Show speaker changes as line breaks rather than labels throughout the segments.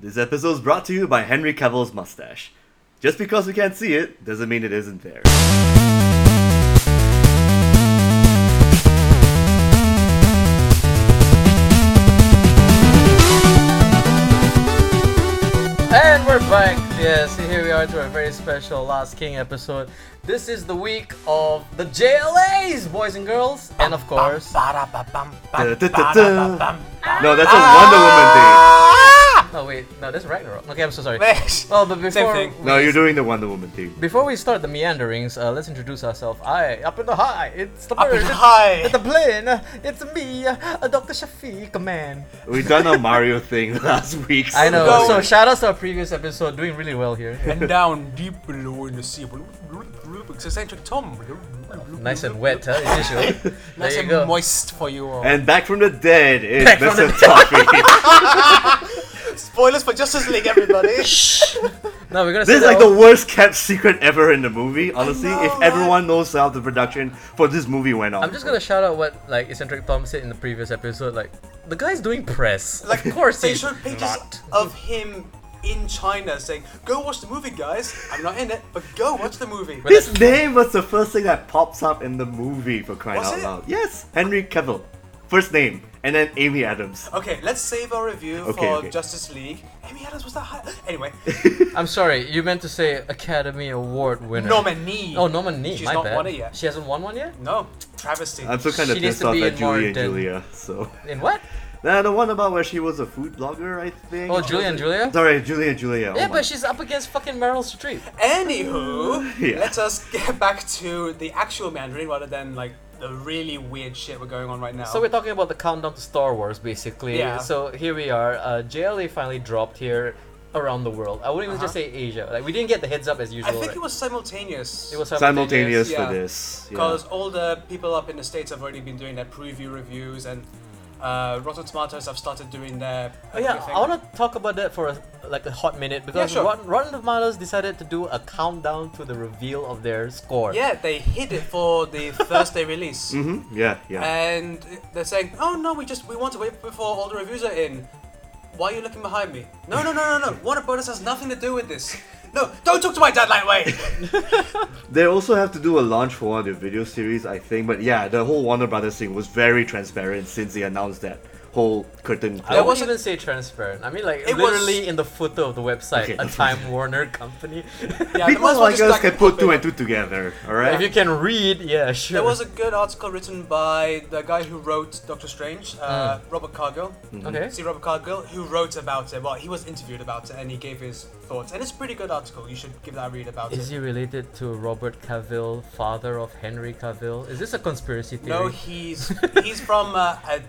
This episode is brought to you by Henry Cavill's mustache. Just because we can't see it doesn't mean it isn't there.
And we're back. Yes, here we are to a very special Last King episode. This is the week of the JLAs, boys and girls, and of course.
Da-da-da-da. No, that's a Wonder
Ah!
Woman
Ah!
No, wait, no, that's Ragnarok. Okay, I'm so sorry.
Wish.
Well, but
Same
before
thing.
theme. No, you're doing the Wonder Woman theme.
before we start the meanderings, uh, let's introduce ourselves. I up in the high, it's the
Up
bird,
in
it's-
high.
it's the plane, uh, it's me, uh, Doctor Shafiq, man.
We done a Mario thing last week.
I know.
Go.
So shout out to our previous episode, doing really well here.
and down deep below in the sea. It's eccentric Tom.
Nice and wet, huh? As usual. There
Nice
you
and
go.
moist for you all.
And back from the dead is
Back from
Mr.
the
Toffee.
Spoilers for Justice League, everybody.
No, we're gonna
this is
say that
like
all-
the worst kept secret ever in the movie. Honestly,
know,
if
right?
everyone knows how the production for this movie went on.
I'm just gonna shout out what like eccentric Tom said in the previous episode. Like the guy's doing press.
like,
of course
they
he's
showed pictures
not.
of him in China saying, "Go watch the movie, guys. I'm not in it, but go watch the movie."
But-
His name was the first thing that pops up in the movie for crying
Was
out
it?
loud. Yes, Henry Cavill, first name, and then Amy Adams.
Okay, let's save our review
Okay,
for
okay.
Justice League. Amy Adams was the high. Anyway,
I'm sorry, you meant to say Academy Award winner.
nominee.
Oh, nominee.
She's
my
not
bad.
won it yet.
She hasn't won one yet.
No, travesty.
I'm still kind of
She needs
pissed
to
off
be
at
in
Julie and
Martin.
Julia. So
In what?
nah, the one about where she was a food blogger, I think.
Oh, Julia and Julia.
Sorry, Julia and Julia.
Yeah,
oh my.
but she's up against fucking Meryl Streep.
Anywho,
Yeah.
let us get back to the actual Mandarin rather than like the really weird shit we're going on right now.
So we're talking about the countdown to Star Wars, basically.
Oh. Yeah.
So here we are. Uh, JLA finally dropped here around the world. I wouldn't even just say Asia. Like we didn't get the heads up as
Uh-huh. I
usual.
think
right?
it was simultaneous.
It was
simultaneous
Yeah.
for this. Yeah.
because all the people up in the states have already been doing their preview reviews and. Uh, Rotten Tomatoes have started doing their.
Oh, yeah,
everything.
I want to talk about that for a, like a hot minute because
sure.
Rotten, Rotten Tomatoes decided to do a countdown to the reveal of their score.
Yeah, they hid it for the Thursday release,
Mhm, Yeah, yeah.
and they're saying, "Oh no, we just we want to wait before all the reviews are in." Why are you looking behind me? No, no, no, no, no. Warner Brothers has nothing to do with this. No, don't talk to my dad that way.
They also have to do a launch for one of their video series, I think. But yeah, the whole Warner Brothers thing was very transparent since they announced that whole curtain
I
call.
There
wouldn't
wasn't-
even say transparent. I mean, like
It
literally
was-
in the footer of the website,
Okay.
a Time Warner company.
Yeah,
People
they might as well
like
just,
us can put
pop
two
it.
and two together. All right.
if you can read, yeah, sure.
There was a good article written by the guy who wrote Doctor Strange, uh,
Hmm.
Robert Cargill.
okay.
See Robert Cargill, who wrote about it. Well, he was interviewed about it and he gave his thoughts. And it's a pretty good article. You should give that a read about
Is
it.
he related to Robert Cavill, father of Henry Cavill? Is this a conspiracy theory?
No, he's he's from uh, uh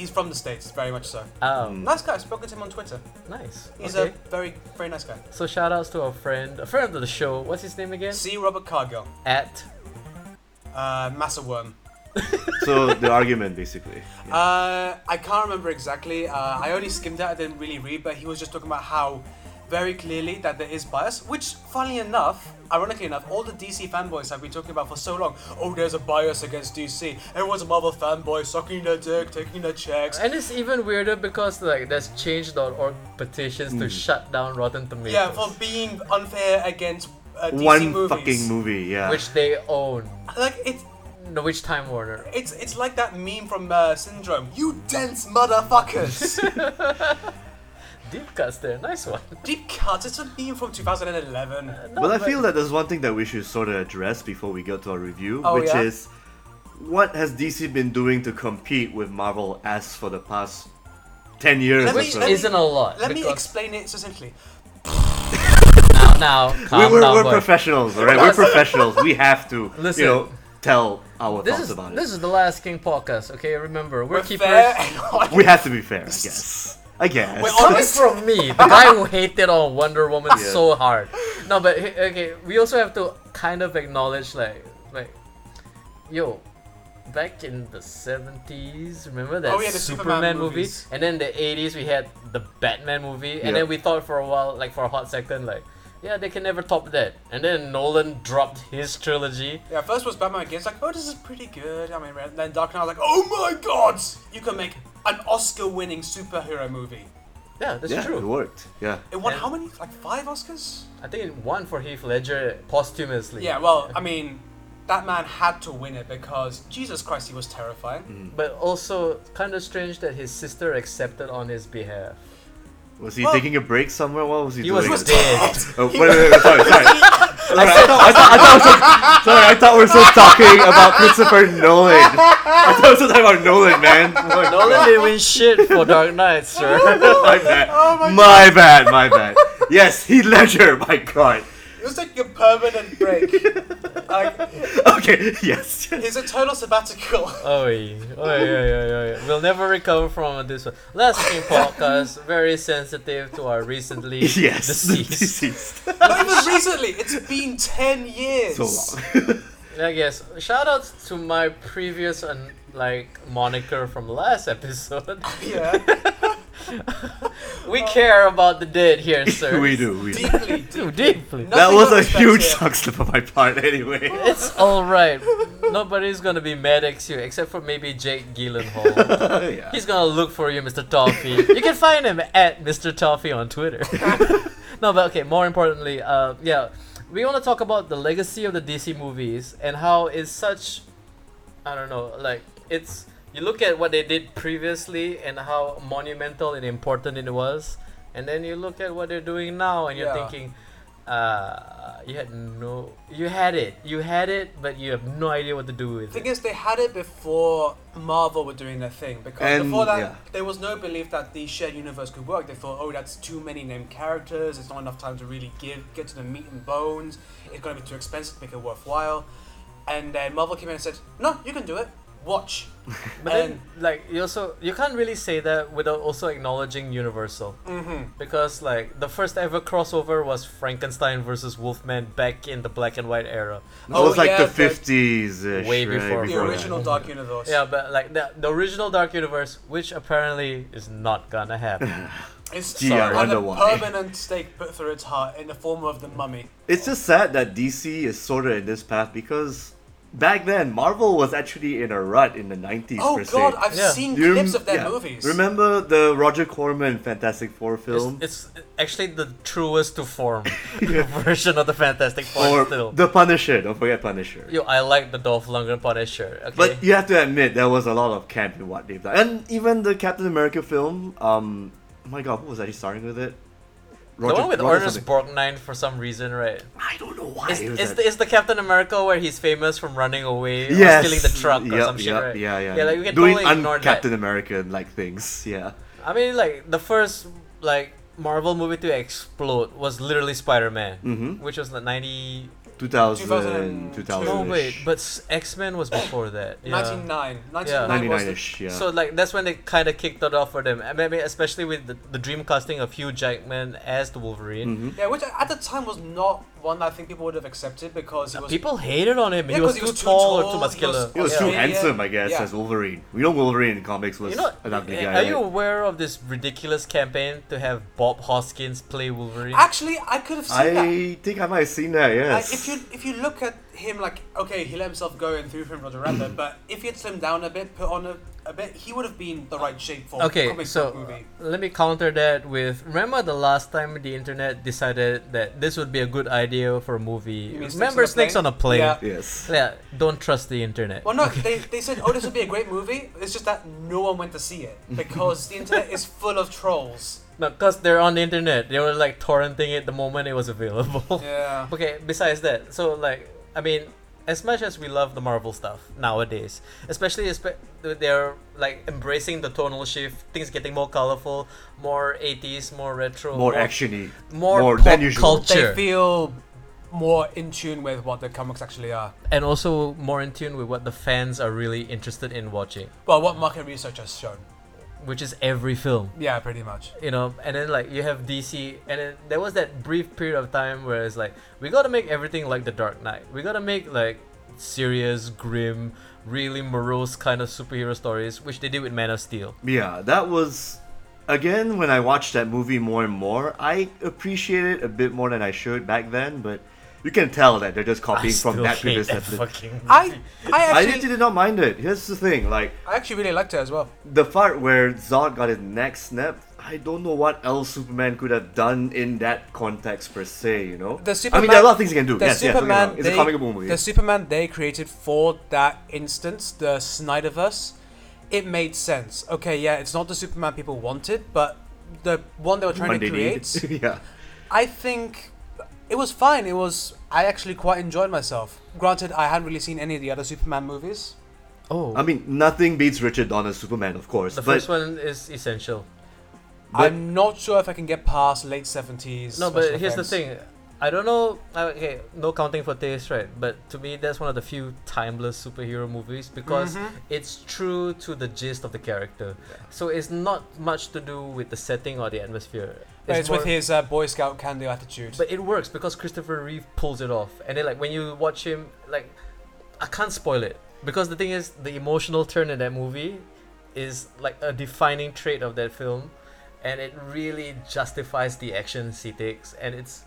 he's from the states, very much so.
Um,
Nice guy. I've spoken to him on Twitter.
nice.
He's
okay.
a very very nice guy.
So shout outs to our friend, a friend of the show. What's his name again?
See Robert Cargill,
At
uh, Massa Worm.
so the argument basically. Yeah.
Uh, I can't remember exactly. Uh, I only skimmed it. I didn't really read, but he was just talking about how very clearly that there is bias. Which, funnily enough, ironically enough, all the DC fanboys have been talking about for so long. Oh, there's a bias against DC. Everyone's a Marvel fanboy, sucking their dick, taking their checks.
And it's even weirder because like there's change.org petitions
Hmm.
to shut down Rotten Tomatoes.
Yeah, for being unfair against uh, DC
One
movies.
fucking movie. Yeah.
which they own.
Like it's.
No, which Time Warner.
It's, it's like that meme from uh, Syndrome. You dense motherfuckers!
Deep cuts there, nice one.
Deep cuts, it's a meme from 2011.
No,
But I feel that there's one thing that we should sort of address before we get to our review,
Oh,
which
yeah?
is what has DC been doing to compete with Marvel as for the past 10 years
Let
or
me-
so?
let me-
isn't a lot.
Let me
because
explain it succinctly.
now, now
we,
calm
we're
down,
we're
boy.
professionals, alright? We're professionals. We have to,
Listen.
you know, tell our
This
thoughts
is
about
this
it.
is the Last King podcast. Okay, remember we're,
We're
keepers.
fair and honest.
We have to be fair, I guess. I guess.
We're all-
Coming from me, the guy who hated on Wonder Woman
Yeah.
so hard. No, but he- okay, we also have to kind of acknowledge like like, yo, back in the seventies, remember that
Oh, yeah, the
Superman,
Superman
movie,
movies.
and then the eighties we had the Batman movie, and
Yeah.
then we thought for a while, like for a hot second, like. Yeah, they can never top that. And then Nolan dropped his trilogy.
Yeah, first was Batman Begins, like, oh, this is pretty good. I mean, and then Dark Knight, like, oh my god, you can make an Oscar-winning superhero movie.
Yeah, that's
yeah,
true.
it worked. Yeah.
It won
And-
how many? Like five Oscars?
I think it won for Heath Ledger posthumously.
Yeah, well, I mean, that man had to win it because Jesus Christ, he was terrifying.
But also kind of strange that his sister accepted on his behalf.
Was he
Well-
taking a break somewhere? What was he,
He
doing?
was dead.
Oh, wait, wait, wait, sorry, sorry. sorry, I thought, I thought, I thought, we're so- sorry, I thought we're still talking about Christopher Nolan. I thought we were still talking about Nolan, man. Oh my
Nolan didn't win shit for Dark Knight, sir.
my bad.
Oh,
my bad, my bad. Yes, Heath Ledger, my god.
It was like a permanent break. like,
Okay, yes.
his eternal sabbatical.
Oh, yeah, oh, yeah, yeah, We'll never recover from this one. Last King podcast, very sensitive to our recently
Yes,
deceased.
deceased.
Not even recently, it's been 10 years.
So long.
I guess shout out to my previous un- like moniker from last episode.
Yeah,
We care about the dead here, sir.
we do, we do.
deeply,
Too
deeply.
deeply.
No-
That
Nothing
was
but
a
respect
huge
here.
suck slip on my part, anyway.
It's all right. Nobody's gonna be mad at you except for maybe Jake Gyllenhaal.
yeah.
He's gonna look for you, Mr. Toffee. You can find him at Mr. Toffee on Twitter. no, but okay. More importantly, uh, yeah, we want to talk about the legacy of the DC movies and how it's such. I don't know, like it's. You look at what they did previously and how monumental and important it was, and then you look at what they're doing now, and you're
Yeah.
thinking, uh, you had no, you had it, you had it, but you have no idea what to do with
thing
it.
is, they had it before Marvel were doing their thing because
And,
before that,
yeah.
there was no belief that the shared universe could work. They thought, oh, that's too many named characters. It's not enough time to really give get to the meat and bones. It's going to be too expensive to make it worthwhile. And then Marvel came in and said, no, you can do it. Watch.
But then, like, you also you can't really say that without also acknowledging Universal,
Mm-hmm.
Mhm.
because like the first ever crossover was Frankenstein versus Wolfman back in the black and white era.
That was like
Oh, yeah,
the
the-
50s. -ish,
Way
right,
before
the
Yeah.
original
that.
Dark Universe.
Yeah, but like the, the original Dark Universe, which apparently is not gonna happen.
It's
Gee, I
had
wonder
a
why.
permanent stake put through its heart in the form of the mummy.
It's just sad that DC is sort of in this path because back then Marvel was actually in a rut in the 90s.
Oh
per se.
god, I've
Yeah.
seen
You rem-
clips of their
yeah.
movies.
Remember the Roger Corman Fantastic Four film?
it's, it's actually the truest to form version of the Fantastic Four.
or
still,
The Punisher, don't forget Punisher.
yo, I like the Dolph Lundgren Punisher. Okay,
But you have to admit there was a lot of camp in what they've done. And even the Captain America film, um oh my god, who was actually starring with it?
the one with
Roger
Ernest
something.
Borgnine for some reason, right?
I don't know why.
It's,
it Ah, was
it's,
that-
the, it's the Captain America where he's famous from running away
Yes.
or stealing the truck or
Yep,
some shit,
yep,
right?
Yeah, yeah.
Yeah, like we can
Doing
totally ignore
Captain
that.
American like things. Yeah.
I mean, like the first like Marvel movie to explode was literally Spider Man,
Mhm.
which was like ninety.
2000,
2002.
2000
No Oh, wait, but X Men was before that. Yeah.
1999. 1999 was
99
the-
ish, yeah.
So like that's when they kind of kicked it off for them. I mean, especially with the, the dream casting of Hugh Jackman as the Wolverine.
Mhm.
Yeah, which at the time was not one that I think people would have accepted because he was.
People hated on him.
Yeah,
he, was
'cause he
too
was too
tall or
tall,
too
he was-
muscular.
He was
yeah.
too
Yeah.
handsome, I guess,
Yeah.
as Wolverine. We know Wolverine in comics was
You know,
an ugly
uh,
guy.
are
right?
you aware of this ridiculous campaign to have Bob Hoskins play Wolverine?
Actually, I could have seen that.
I think I might have seen that.
Like,
Yes.
if you if you look at him, like okay, he let himself go and threw him Rodoranda, but if he had slimmed down a bit, put on a, a bit, he would have been the right shape for a
okay,
Oh, comic
so
book movie.
uh, let me counter that with remember the last time the internet decided that this would be a good idea for a movie.
You mean Snakes
remember
on a
Snakes
Plane?
on a Plane?
Yeah.
yes.
Yeah, don't trust the internet.
Well, no, they, they said, oh, this would be a great movie. It's just that no one went to see it because the internet is full of trolls.
No, because they're on the internet. They were like torrenting it the moment it was available.
Yeah.
Okay, besides that, so like, I mean, as much as we love the Marvel stuff nowadays, especially espe- they're like embracing the tonal shift, things getting more colorful, more 80s, more retro,
More actiony.
more,
more
pop
than usual.
culture,
They feel more in tune with what the comics actually are.
and also more in tune with what the fans are really interested in watching,
Well, what market research has shown.
which is every film.
Yeah, pretty much.
you know, and then like you have DC, and then there was that brief period of time where it's like we gotta make everything like the Dark Knight. We gotta make like serious, grim, really morose kind of superhero stories, which they did with Man of Steel.
Yeah, that was. Again, when I watched that movie more and more, I appreciate it a bit more than I should back then. But you can tell that they're just
I
copying
still
from that
hate
previous
that
episode.
fucking.
I, I
I
actually,
actually did not mind it. Here's the thing, like
I actually really liked it as well.
the part where Zod got his neck snapped. I don't know what else Superman could have done in that context per se. You know,
The
I mean,
Superman-
there are a lot of things he can do.
The
yes, yes, don't get me
Superman
wrong. it's a
they-
comic book movie.
The Superman they created for that instance, the Snyderverse, it made sense. Okay, yeah, it's not the Superman people wanted, but the one they were trying
One
to
they need.
create,
yeah.
I think it was fine. It was I actually quite enjoyed myself. Granted, I hadn't really seen any of the other Superman movies.
Oh,
I mean, nothing beats Richard Donner's Superman, of course.
the
Um, but
first one is essential.
But-
I'm not sure if I can get past late seventies.
No, but here's the thing. I don't know. uh, Okay, no counting for taste, right? But to me, that's one of the few timeless superhero movies because
Mm-hmm.
it's true to the gist of the character. So it's not much to do with the setting or the atmosphere.
It's, with
more-
his uh, Boy Scout can do attitude.
But it works because Christopher Reeve pulls it off, and then like when you watch him, like I can't spoil it because the thing is the emotional turn in that movie is like a defining trait of that film, and it really justifies the actions he takes, and it's.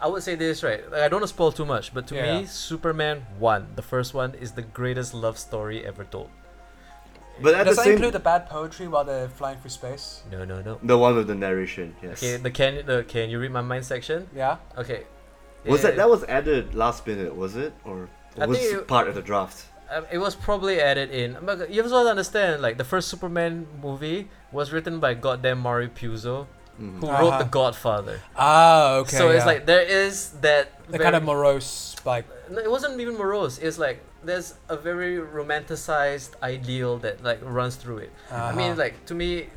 I would say this right. Like, I don't want to spoil too much, but to
Yeah.
me, Superman one, the first one, is the greatest love story ever told.
but at
Does
the
that
same,
include the bad poetry while they're flying through space?
No, no, no.
the one with the narration. Yes.
Okay, the can the can you read my mind section?
Yeah.
Okay.
Was that
Yeah.
that was added last minute? Was it or
I
was
think
it
it-
part of the draft?
Um, it was probably added in. But you also have to understand, like the first Superman movie was written by goddamn Mario Puzo,
Mm-hmm.
who wrote
Uh-huh.
The Godfather.
Ah, okay.
so it's
yeah.
like there is that.
the
very-
kind of morose like
No, it wasn't even morose. It's like there's a very romanticized ideal that like runs through it. I mean,
Uh-huh.
like to me,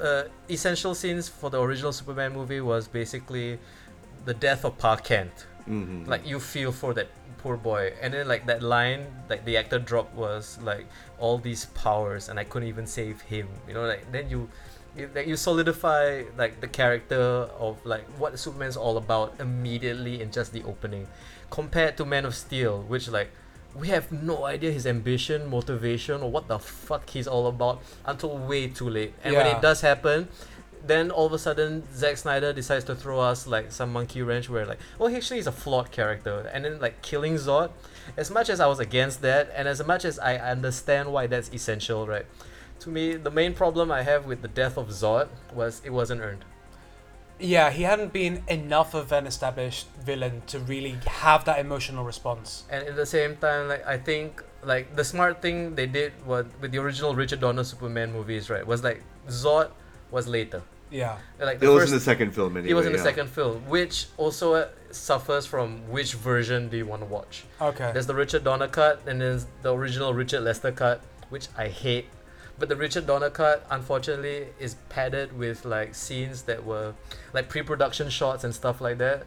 uh, essential scenes for the original Superman movie was basically the death of Pa Kent
Mm-hmm.
like you feel for that poor boy and then like that line like the actor dropped was like all these powers and i couldn't even save him you know like then you you, like, you solidify like the character of like what superman's all about immediately in just the opening compared to man of steel which like we have no idea his ambition motivation or what the fuck he's all about until way too late and when
Yeah.
it does happen then all of a sudden Zack Snyder decides to throw us like some monkey wrench where like oh he actually is a flawed character and then like killing Zod as much as I was against that and as much as I understand why that's essential right to me the main problem I have with the death of Zod was it wasn't earned
yeah he hadn't been enough of an established villain to really have that emotional response
and at the same time like I think like the smart thing they did was with the original Richard Donner Superman movies right was like Zod was later
yeah
like
it
the
was
first
in the second film. Anyway,
it was in the
yeah.
second film which also uh, suffers from which version do you want to watch
okay
There's the Richard Donner cut, and then there's the original Richard Lester cut, which I hate. But the Richard Donner cut, unfortunately, is padded with like scenes that were like pre-production shots and stuff like that.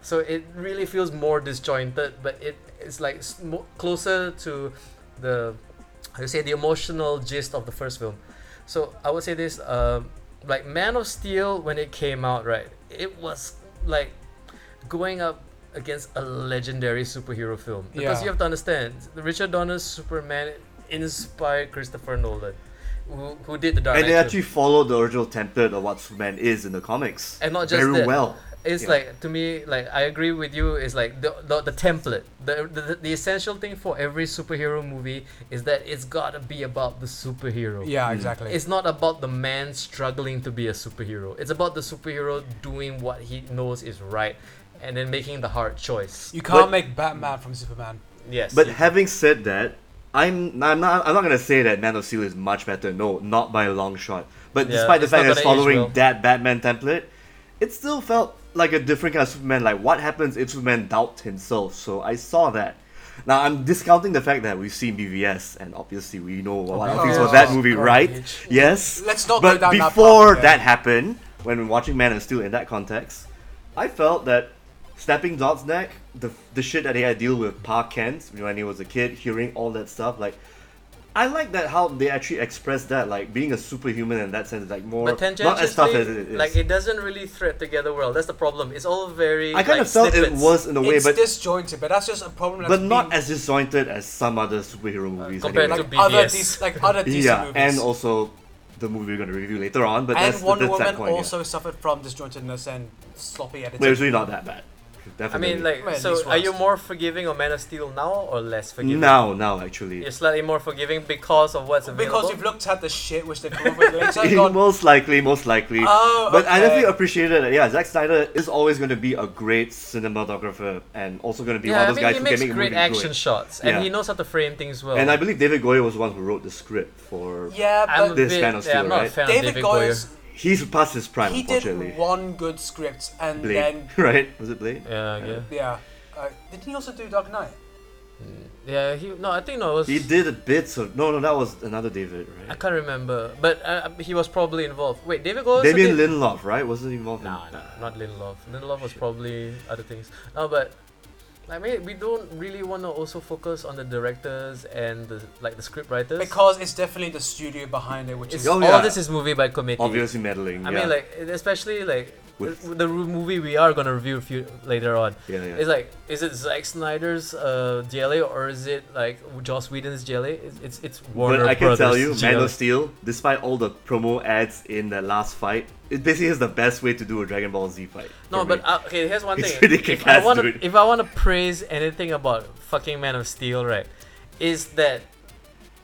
So it really feels more disjointed, but it is like s- mo- closer to the I would say the emotional gist of the first film. So I would say this, um, like Man of Steel when it came out, right? It was like going up against a legendary superhero film because
Yeah.
you have to understand the Richard Donner's Superman inspired Christopher Nolan, who, who did the Dark
And
Knight.
they
too.
actually followed the original template of what Superman is in the comics.
And not just
very
that.
well.
It's
Yeah.
like to me, like I agree with you. It's like the the, the template, the, the the essential thing for every superhero movie is that it's gotta be about the superhero.
yeah exactly
It's not about the man struggling to be a superhero. It's about the superhero doing what he knows is right, and then making the hard choice.
you can't
but-
make batman from superman
Yes.
But
you-
having said that, I'm I'm not I'm not gonna say that Man of Steel is much better. No, not by a long shot. But
Yeah,
despite the
it's not
fact that it's
gonna age
following
well.
that Batman template, it still felt like a different kind of Superman. Like what happens if Superman doubts himself? So I saw that. Now I'm discounting the fact that we've seen BVS, and obviously we know what
Oh,
things was
God.
that movie, right?
Garbage.
Yes.
Let's not
But
go down that path
before
again.
that happened, when watching Man of Steel in that context, I felt that snapping Zod's neck, the the shit that he had to deal with Pa Kent when he was a kid, hearing all that stuff, like I like that how they actually express that, like being a superhuman in that sense, is, like more
But tangentially,
not as tough as it is.
like it doesn't really thread together well. That's the problem. It's all very.
I kind
like,
of felt it
snippets.
was in a way,
it's
but
disjointed but that's just a problem that's
but not
been-
as disjointed as some other superhero movies.
Uh, compared
anyway.
to
like other
BVS.
DC, like other DC
yeah,
movies
and also the movie we're gonna review later on. But
And
that's,
Wonder
that's
Woman
that point. yeah.
also suffered from disjointedness and sloppy editing.
But it's really not that bad.
I
definitely.
mean, like,
Well, at
so
least
are you
once.
more forgiving of Man of Steel now or less forgiving?
now, now actually,
You're slightly more forgiving because of what's available.
Because you've looked at the shit which they've come up with lately and oh, gone,
most likely, most likely.
Oh,
but I
okay.
definitely appreciated that. Yeah, Zack Snyder is always going to be a great cinematographer and also going to be
yeah,
one of those
I mean,
guys
he
who
makes
can make a
great
movie and
action
do it.
shots, and
Yeah.
he knows how to frame things well.
And I believe David Goyer was the one who wrote the script for.
yeah,
I'm a
but
This
bit,
Man of
yeah,
Steel,
I'm not a
right?
fan of
David
David
Goyer's
Goyer.
He's past his prime,
he
unfortunately.
did one good script and
Blade,
then
right? Was it Blade?
Yeah, I guess.
yeah. Uh, didn't he also do Dark Knight?
yeah, he no, I think no, it was,
He did a bit of. No, no, that was another David,
I
right?
can't remember, but uh, he was probably involved. Wait, David Goyer. also
Damien
did-
Lindelof, right? Wasn't involved in.
Nah, nah, not Lindelof. Lindelof was probably other things. No, but like we, we don't really want to also focus on the directors and the like the script writers.
Because it's definitely the studio behind it, which
it's,
is
Oh,
all
yeah.
this is movie by committee.
Obviously meddling.
I
yeah.
mean, like especially like
With-
the, the ru- movie we are gonna review few, later on.
yeah, yeah.
It's like is it Zack Snyder's uh, JLA or is it like Joss Whedon's JLA? It's it's, it's Warner
but I can
Brothers.
tell you, Man
JLA.
of Steel, despite all the promo ads in that last fight, it basically is the best way to do a Dragon Ball Z fight.
No,
for
but
me.
uh, okay. Here's one
It's
thing.
really
if I
kick-ass,
want to,
dude.
if I want to praise anything about fucking Man of Steel, right, is that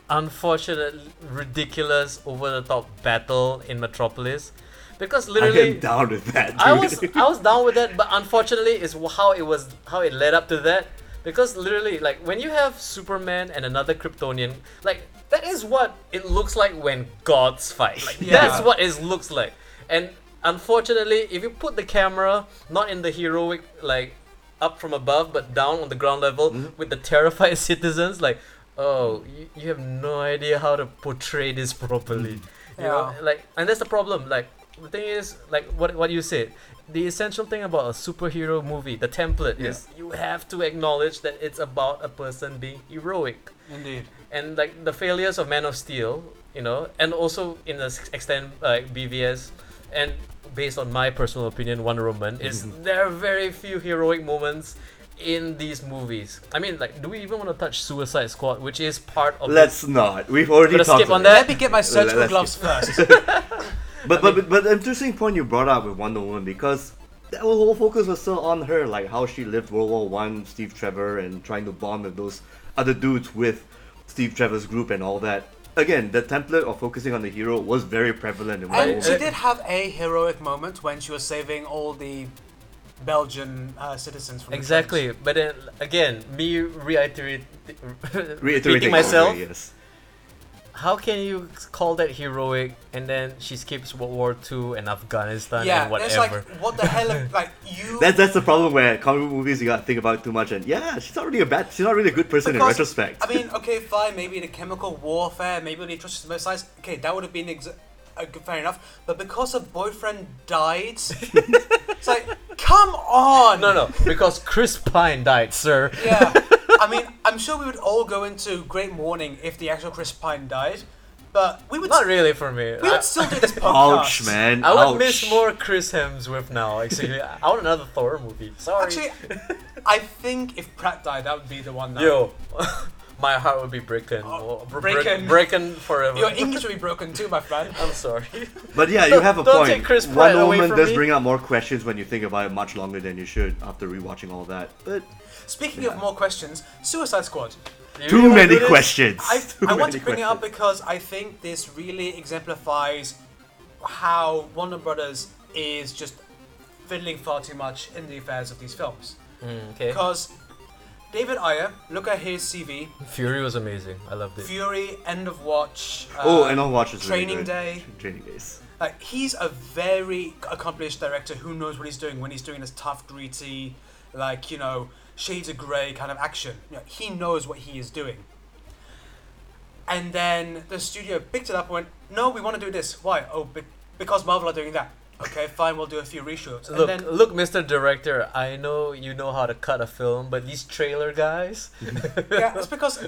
unfortunate, ridiculous, over-the-top battle in Metropolis, because
I
literally,
am down with that. Dude.
I was I was down with that, but unfortunately, is how it was how it led up to that. Because literally, like when you have Superman and another Kryptonian, like that is what it looks like when gods fight. Like
Yeah.
that's what it looks like. And unfortunately, if you put the camera not in the heroic like up from above, but down on the ground level with the terrified citizens, like oh, you, you have no idea how to portray this properly. You know,
Yeah.
like and that's the problem like the thing is like what what you said the essential thing about a superhero movie the template
Yeah.
is you have to acknowledge that it's about a person being heroic
indeed.
and like the failures of man of steel you know and also in the s- extent like bvs and based on my personal opinion wonder woman is there are very few heroic moments in these movies i mean like do we even want to touch suicide squad which is part of this-
Let's not. We've already
Gonna
talked
skip on
about
that.
Let me get my surgical
Let's
gloves first.
it. But, but but but interesting point you brought up with Wonder Woman because that whole focus was still on her, like how she lived World War One, Steve Trevor, and trying to bond with those other dudes with Steve Trevor's group and all that. Again, the template of focusing on the hero was very prevalent in Wonder
uh,
And
Woman.
she did have a heroic moment when she was saving all the Belgian uh, citizens from the
Exactly, but then again, me reiterate,
Reiterating
repeating myself.
yes.
How can you call that heroic? And then she skips World War Two and Afghanistan
French. Yeah,
and
and it's
whatever.
like what the hell? If, like you.
That's that's the problem where comic book movies you gotta think about it too much and yeah, she's not really a bad she's not really a good person in
Because,
retrospect.
I mean, okay, fine. Maybe the chemical warfare, maybe the atrocious homicides. Okay, that would have been ex- uh, good- fair enough. But because her boyfriend died, it's like, come on.
no, no, because Chris Pine died, sir.
Yeah. I mean, I'm sure we would all go into great mourning if the actual Chris Pine died, but we would.
Not really for me.
We
I,
would still do this podcast.
Ouch man.
I would
ouch.
miss more Chris Hemsworth now. Actually, I want another Thor movie. Sorry.
Actually, I think if Pratt died, that would be the one. That
yo, my heart would be broken.
Oh,
Bro-
breaken.
breaken forever.
your English would be broken too, my friend.
I'm sorry.
But yeah, you have a
Don't
point.
take Chris Pratt
Wonder
away
Woman
from
does
me.
bring up more questions when you think about it much longer than you should after rewatching all that. But
Speaking of more questions, Suicide Squad.
You
too
really wanna
many
do this?
questions.
I,
Too
I want
many
to bring it up
questions.
because I think this really exemplifies how Warner Brothers is just fiddling far too much in the affairs of these films.
Mm, okay.
Because David Ayer, look at his CV,
Fury was amazing. I loved it.
Fury, End of Watch. Uh,
Oh, and I'll watch this.
Training Day.
Training days.
Like he's a very accomplished director who knows what he's doing when he's doing this tough, gritty, like you know, shades of grey kind of action. You know, he knows what he is doing. And then the studio picked it up and went, "No, we want to do this. Why? Oh, be- because Marvel are doing that. Okay, fine, we'll do a few reshoots." And
Look,
then
look, Mr. Director, I know you know how to cut a film, but these trailer guys,
yeah, it's because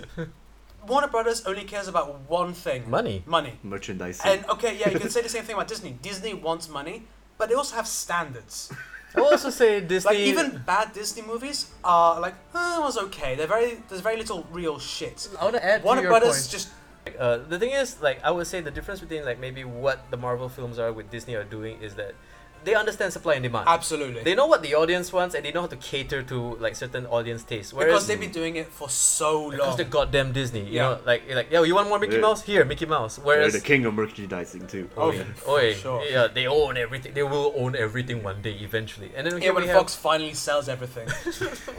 Warner Brothers only cares about one thing:
money.
money.
Merchandise.
And okay, yeah, you can say the same thing about Disney. Disney wants money, but they also have standards.
I will also say Disney.
Like even bad Disney movies are like, oh, it was okay. They're very there's very little real shit.
I want to add to
Warner
your
Brothers
point.
just
Uh, the thing is, like I would say, the difference between like maybe what the Marvel films are with Disney are doing is that they understand supply and demand.
Absolutely.
They know what the audience wants, and they know how to cater to like certain audience tastes. Whereas
because they've been doing it for so long.
because they're goddamn Disney, you
Yeah.
know, like you're like yo, you want more Mickey
Yeah.
Mouse? Here, Mickey Mouse.
They're
Whereas
the king of merchandising too.
Oh,
Oi,
for
oi,
sure.
yeah, they own everything. They will own everything one day eventually. And then
yeah,
here
when
we have,
Fox finally sells everything.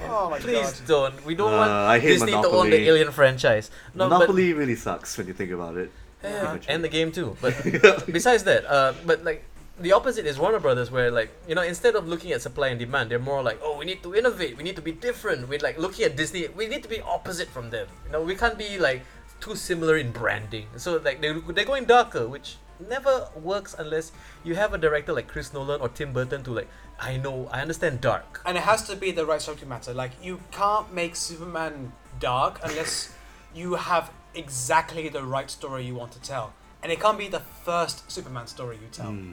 oh my
please
god.
don't. We don't
Uh,
want
I hate
Disney to own the
Monopoly.
Alien franchise. No, but-
Monopoly really sucks when you think about it.
Yeah,
Eventually.
and the game too. But besides that, uh, but like the opposite is Warner Brothers, where like you know instead of looking at supply and demand, they're more like, oh, we need to innovate, we need to be different. We're like looking at Disney, we need to be opposite from them. You know, we can't be like too similar in branding. So like they they're going darker, which never works unless you have a director like Chris Nolan or Tim Burton to like, I know, I understand dark.
And it has to be the right subject matter. Like you can't make Superman dark unless you have exactly the right story you want to tell. And it can't be the first Superman story you tell.
Hmm.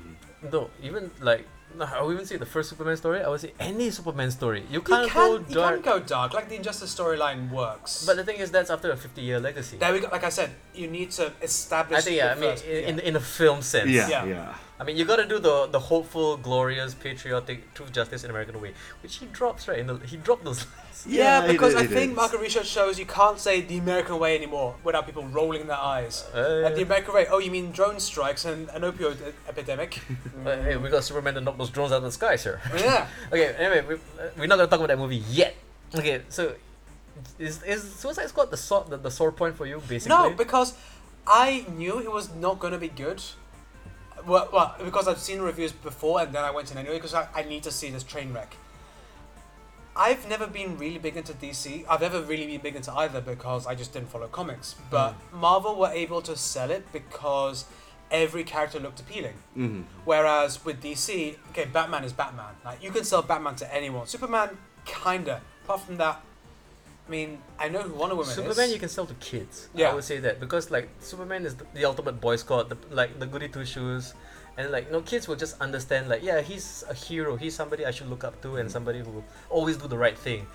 No, even like. No, I wouldn't say the first Superman story. I would say any Superman story. You
You
can't
can,
go
you can
dark.
go dark. Like the Injustice storyline works.
But the thing is, that's after a 50 year legacy.
there we go. Like I said, you need to establish.
I think, yeah, I
the
mean,
first-
in, in,
yeah.
in a film sense.
yeah,
Yeah.
yeah,
I mean, you gotta do the the hopeful, glorious, patriotic, true justice in American way, which he drops, right? In the, he dropped those lines.
Yeah,
it-
because I
it
think
is.
market research shows you can't say the American way anymore without people rolling their eyes.
Uh,
Like the American way, oh, you mean drone strikes and an opioid e- epidemic?
but hey, we got Superman to knock those drones out of the sky, sir.
yeah.
Okay, anyway, we, uh, we're not gonna talk about that movie yet. Okay, so is, is Suicide Squad the sore, the, the sore point for you, basically?
No, because I knew it was not going to be good. Well, well, because I've seen reviews before and then I went in anyway because I, I need to see this train wreck. I've never been really big into DC. I've never really been big into either because I just didn't follow comics.
Mm.
But Marvel were able to sell it because every character looked appealing.
Mm-hmm.
Mhm.
Whereas with DC, okay, Batman is Batman. Like you can sell Batman to anyone. Superman, kinda. Apart from that, I mean, I know who Wonder Woman is.
Superman you can sell to kids.
Yeah.
I would say that because like Superman is the, the ultimate boy scout, the, like the goody two shoes, and like no kids will just understand like yeah he's a hero, he's somebody I should look up to and somebody who will always do the right thing.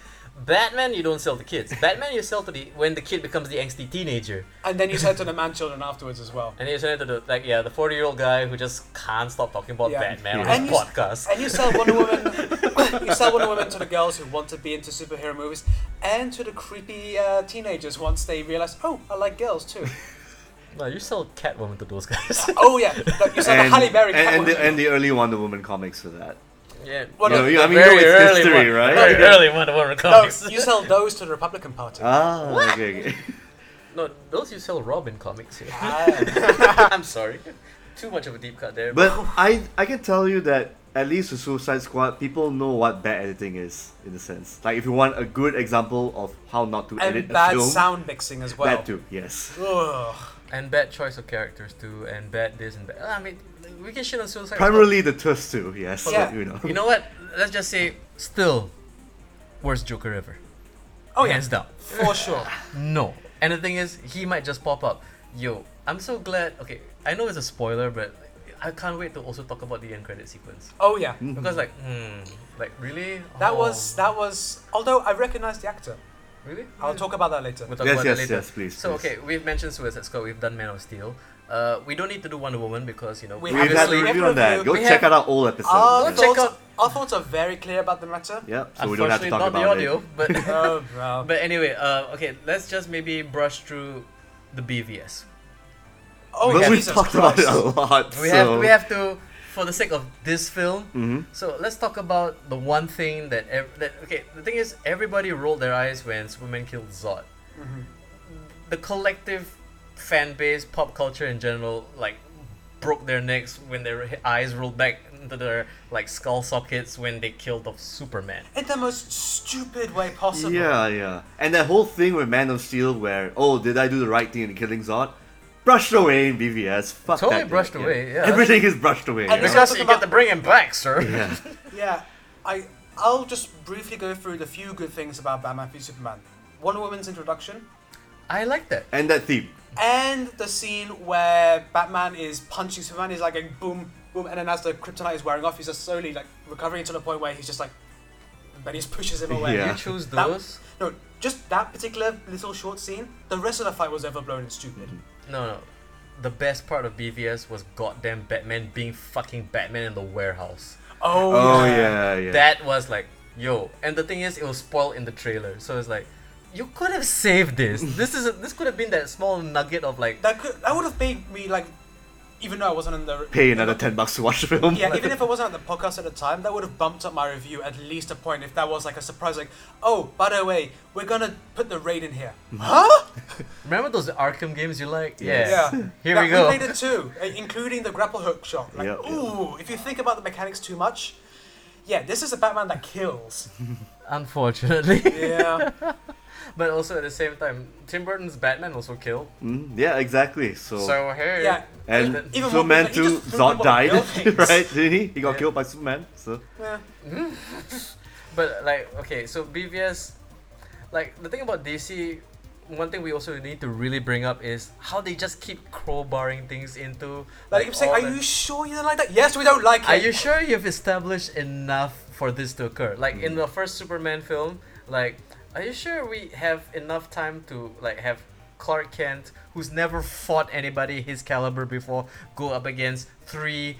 Batman you don't sell to kids. Batman you sell to the when the kid becomes the angsty teenager,
And then you said to the man children afterwards as well.
and you sell it to the like yeah the forty year old guy who just can't stop talking about
Yeah.
Batman
Yeah.
on
And
his
you-
podcast.
And you sell Wonder Woman. you sell Wonder Woman to the girls who want to be into superhero movies, and to the creepy uh, teenagers once they realize, oh, I like girls too.
No, you sell Catwoman to those guys.
oh yeah, like you sell
And,
the Halle Berry.
and, and,
Catwoman.
the, and the early Wonder Woman comics for that.
yeah.
Well, no,
the-
you-
the
I mean, no, it's history,
one,
right?
Very
Yeah.
early one of our
no,
comics.
you sell those to the Republican Party.
Ah, okay, okay.
No, those you sell Robin comics here.
Ah.
I'm sorry. Too much of a deep cut there.
But I I can tell you that at least with Suicide Squad, people know what bad editing is in a sense. Like if you want a good example of how not to
and
edit a
bad
film,
sound mixing as well.
that too. Yes.
Ugh.
and bad choice of characters too, and bad this and bad. I mean, we can shit on Suicide Squad.
Primarily the twist too. Yes.
Yeah.
but, you know.
You know what? Let's just say, still, worst Joker ever.
Oh yeah,
Hands down.
for sure.
No. And the thing is, he might just pop up. Yo, I'm so glad. Okay, I know it's a spoiler, but I can't wait to also talk about the end credit sequence
Oh yeah.
Mm-hmm.
because, like, hmm, like really,
That
Oh,
was that was. Although I recognize the actor,
really.
I'll talk about that later.
We'll talk
Yes,
about that
yes,
later.
yes, please,
So
please.
okay, we've mentioned Suicide Squad. We've done Man of Steel. Uh, we don't need to do Wonder Woman because you know
We
We've had a
Obviously,
review on that. Go
we
check
have-
out our old episode.
Our
Go check
thoughts,
out-
our thoughts are very clear about the matter.
Yep. So we don't have
unfortunately
to talk
not the
about
audio,
it.
but uh,
Oh, well.
but anyway, uh, okay, let's just maybe brush through the BVS.
Oh,
but we've
Jesus
talked
Christ.
about it a lot.
We
so.
have we have to for the sake of this film.
Mhm.
So let's talk about the one thing that ev- that okay. The thing is, everybody rolled their eyes when Superman killed Zod. The collective fan base, pop culture in general, like broke their necks when their h- eyes rolled back into their like skull sockets when they killed off Superman.
in the most stupid way possible.
Yeah, yeah. And that whole thing with Man of Steel where, oh, did I do the right thing in killing Zod? Brushed away in BVS. Fuck
Totally
that guy,
brushed away, yeah.
Everything is brushed away.
And
you
it's
know?
Because you got to bring him back, sir.
yeah.
Yeah, I I'll just briefly go through the few good things about Batman v Superman, Wonder Woman's introduction,
I like that.
And that theme.
and the scene where Batman is punching Superman. He's like going boom, boom, and then as the kryptonite is wearing off, he's just slowly like recovering to the point where he's just like, but he just pushes him away.
Yeah.
You choose
That-
those.
No, just that particular little short scene. The rest of the fight was overblown and stupid.
No, no. The best part of BVS was goddamn Batman being fucking Batman in the warehouse.
Oh,
Oh yeah, yeah.
That was like, yo. And the thing is, it was spoiled in the trailer, so it's like, you could have saved this. This is this could have been that small nugget of like,
That could that would have made me like, even though I wasn't in the
Pay another ten bucks to watch the film.
Yeah, even if I wasn't at the podcast at the time, that would have bumped up my review at least a point. If that was like a surprise, like, oh, by the way, we're gonna put the raid in here, huh?
remember those Arkham games you liked?
Yeah.
Yeah. Here
that
we go.
rated two, uh, including the grapple hook shot. Like,
Yep, yep.
ooh, if you think about the mechanics too much, yeah, this is a Batman that kills.
Unfortunately.
Yeah.
But also at the same time, Tim Burton's Batman also killed.
Mm, yeah, exactly. So,
So hey.
Yeah.
and
Even-
even
Superman
more- he
too.
just threw
Zod
them on
died,
buildings.
right? Didn't he? He got
Yeah.
killed by Superman. So
yeah.
But like okay, so BVS, like the thing about DC, one thing we also need to really bring up is how they just keep crowbarring things into.
Like, I'm saying,
all
are
the-
you sure you don't like that? Yes, we don't like it.
Are you sure you've established enough for this to occur? Like in the first Superman film, like are you sure we have enough time to like have Clark Kent, who's never fought anybody his caliber before, go up against three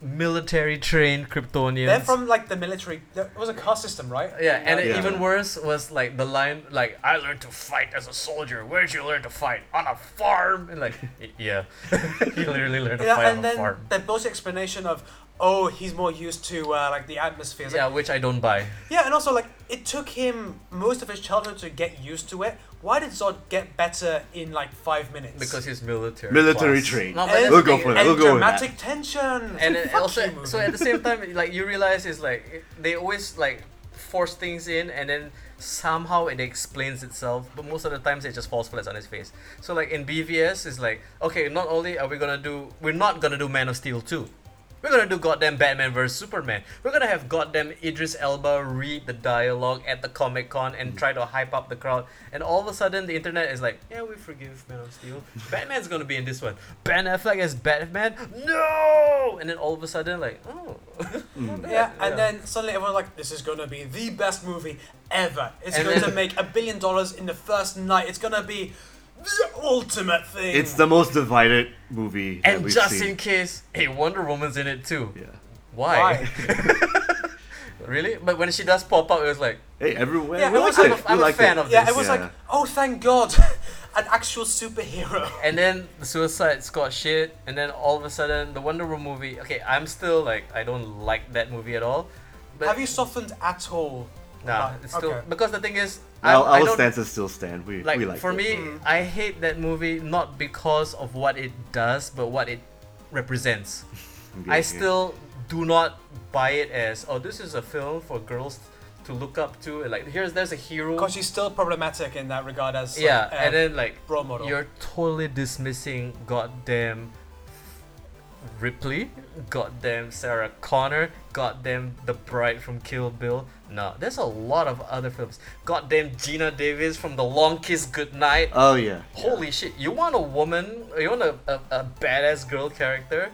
military trained Kryptonians?
They're from like the military. It was a caste system, right?
yeah, and it
Yeah.
even worse was like the line like I learned to fight as a soldier. Where would you learn to fight? On a farm. And like y- yeah, he literally learned to fight
yeah,
on
and
a
then
farm.
the bullshit explanation of, oh, he's more used to uh, like the atmosphere. It's like,
Yeah, which I don't buy.
Yeah, and also like it took him most of his childhood to get used to it. Why did Zod get better in like five minutes?
Because he's military.
Military
class.
trained.
No, but
And-
that's
We'll
the
go
thing.
for that.
and
We'll go with that.
dramatic tension.
And it
Fuck
also,
you,
so
movie.
at the same time, like you realize is like they always like force things in, and then somehow it explains itself. But most of the times, it just falls flat on its face. So like in BVS, it's like okay, not only are we gonna do, we're not gonna do Man of Steel two. We're gonna do goddamn Batman vs Superman. We're gonna have goddamn Idris Elba read the dialogue at the Comic Con
Mm.
and try to hype up the crowd. And all of a sudden, the internet is like, "Yeah, we forgive Man of Steel. Batman's gonna be in this one. Ben Affleck as Batman. No!" And then all of a sudden, like, oh,
Mm.
yeah,
Yeah.
and then suddenly everyone's like, "This is gonna be the best movie ever. It's
And
going
then-
to make a billion dollars in the first night. It's gonna be the ultimate thing."
it's the most divided movie that
and
we've
just
seen.
in case, hey, Wonder Woman's in it too.
yeah.
Why?
Why?
really? But when she does pop up, it was like,
Hey, everywhere.
Yeah,
we
I
like
was-
it.
I'm a- I'm
we
a
like
fan
it.
of
yeah,
this,
it was
yeah.
like, "Oh, thank God, an actual superhero."
and then the Suicide Squad shit, and then all of a sudden the Wonder Woman movie. Okay, I'm still like I don't like that movie at all. But
Have you softened at all?
Nah,
Right,
it's still
okay.
because the thing is, I,
Our,
I
our
don't
stances still stand. We
like,
we like
for
it.
me.
Mm.
I hate that movie not because of what it does, but what it represents.
Yeah,
I
yeah.
still do not buy it as oh, this is a film for girls to look up to. and, Like here's there's a hero.
Because she's still problematic in that regard as like,
yeah,
uh,
and then like
role model.
You're totally dismissing goddamn Ripley, goddamn Sarah Connor, goddamn the bride from Kill Bill. No, there's a lot of other films. Goddamn Gina Davis from The Long Kiss Goodnight.
Oh yeah.
Holy shit! You want a woman? You want a, a, a badass girl character?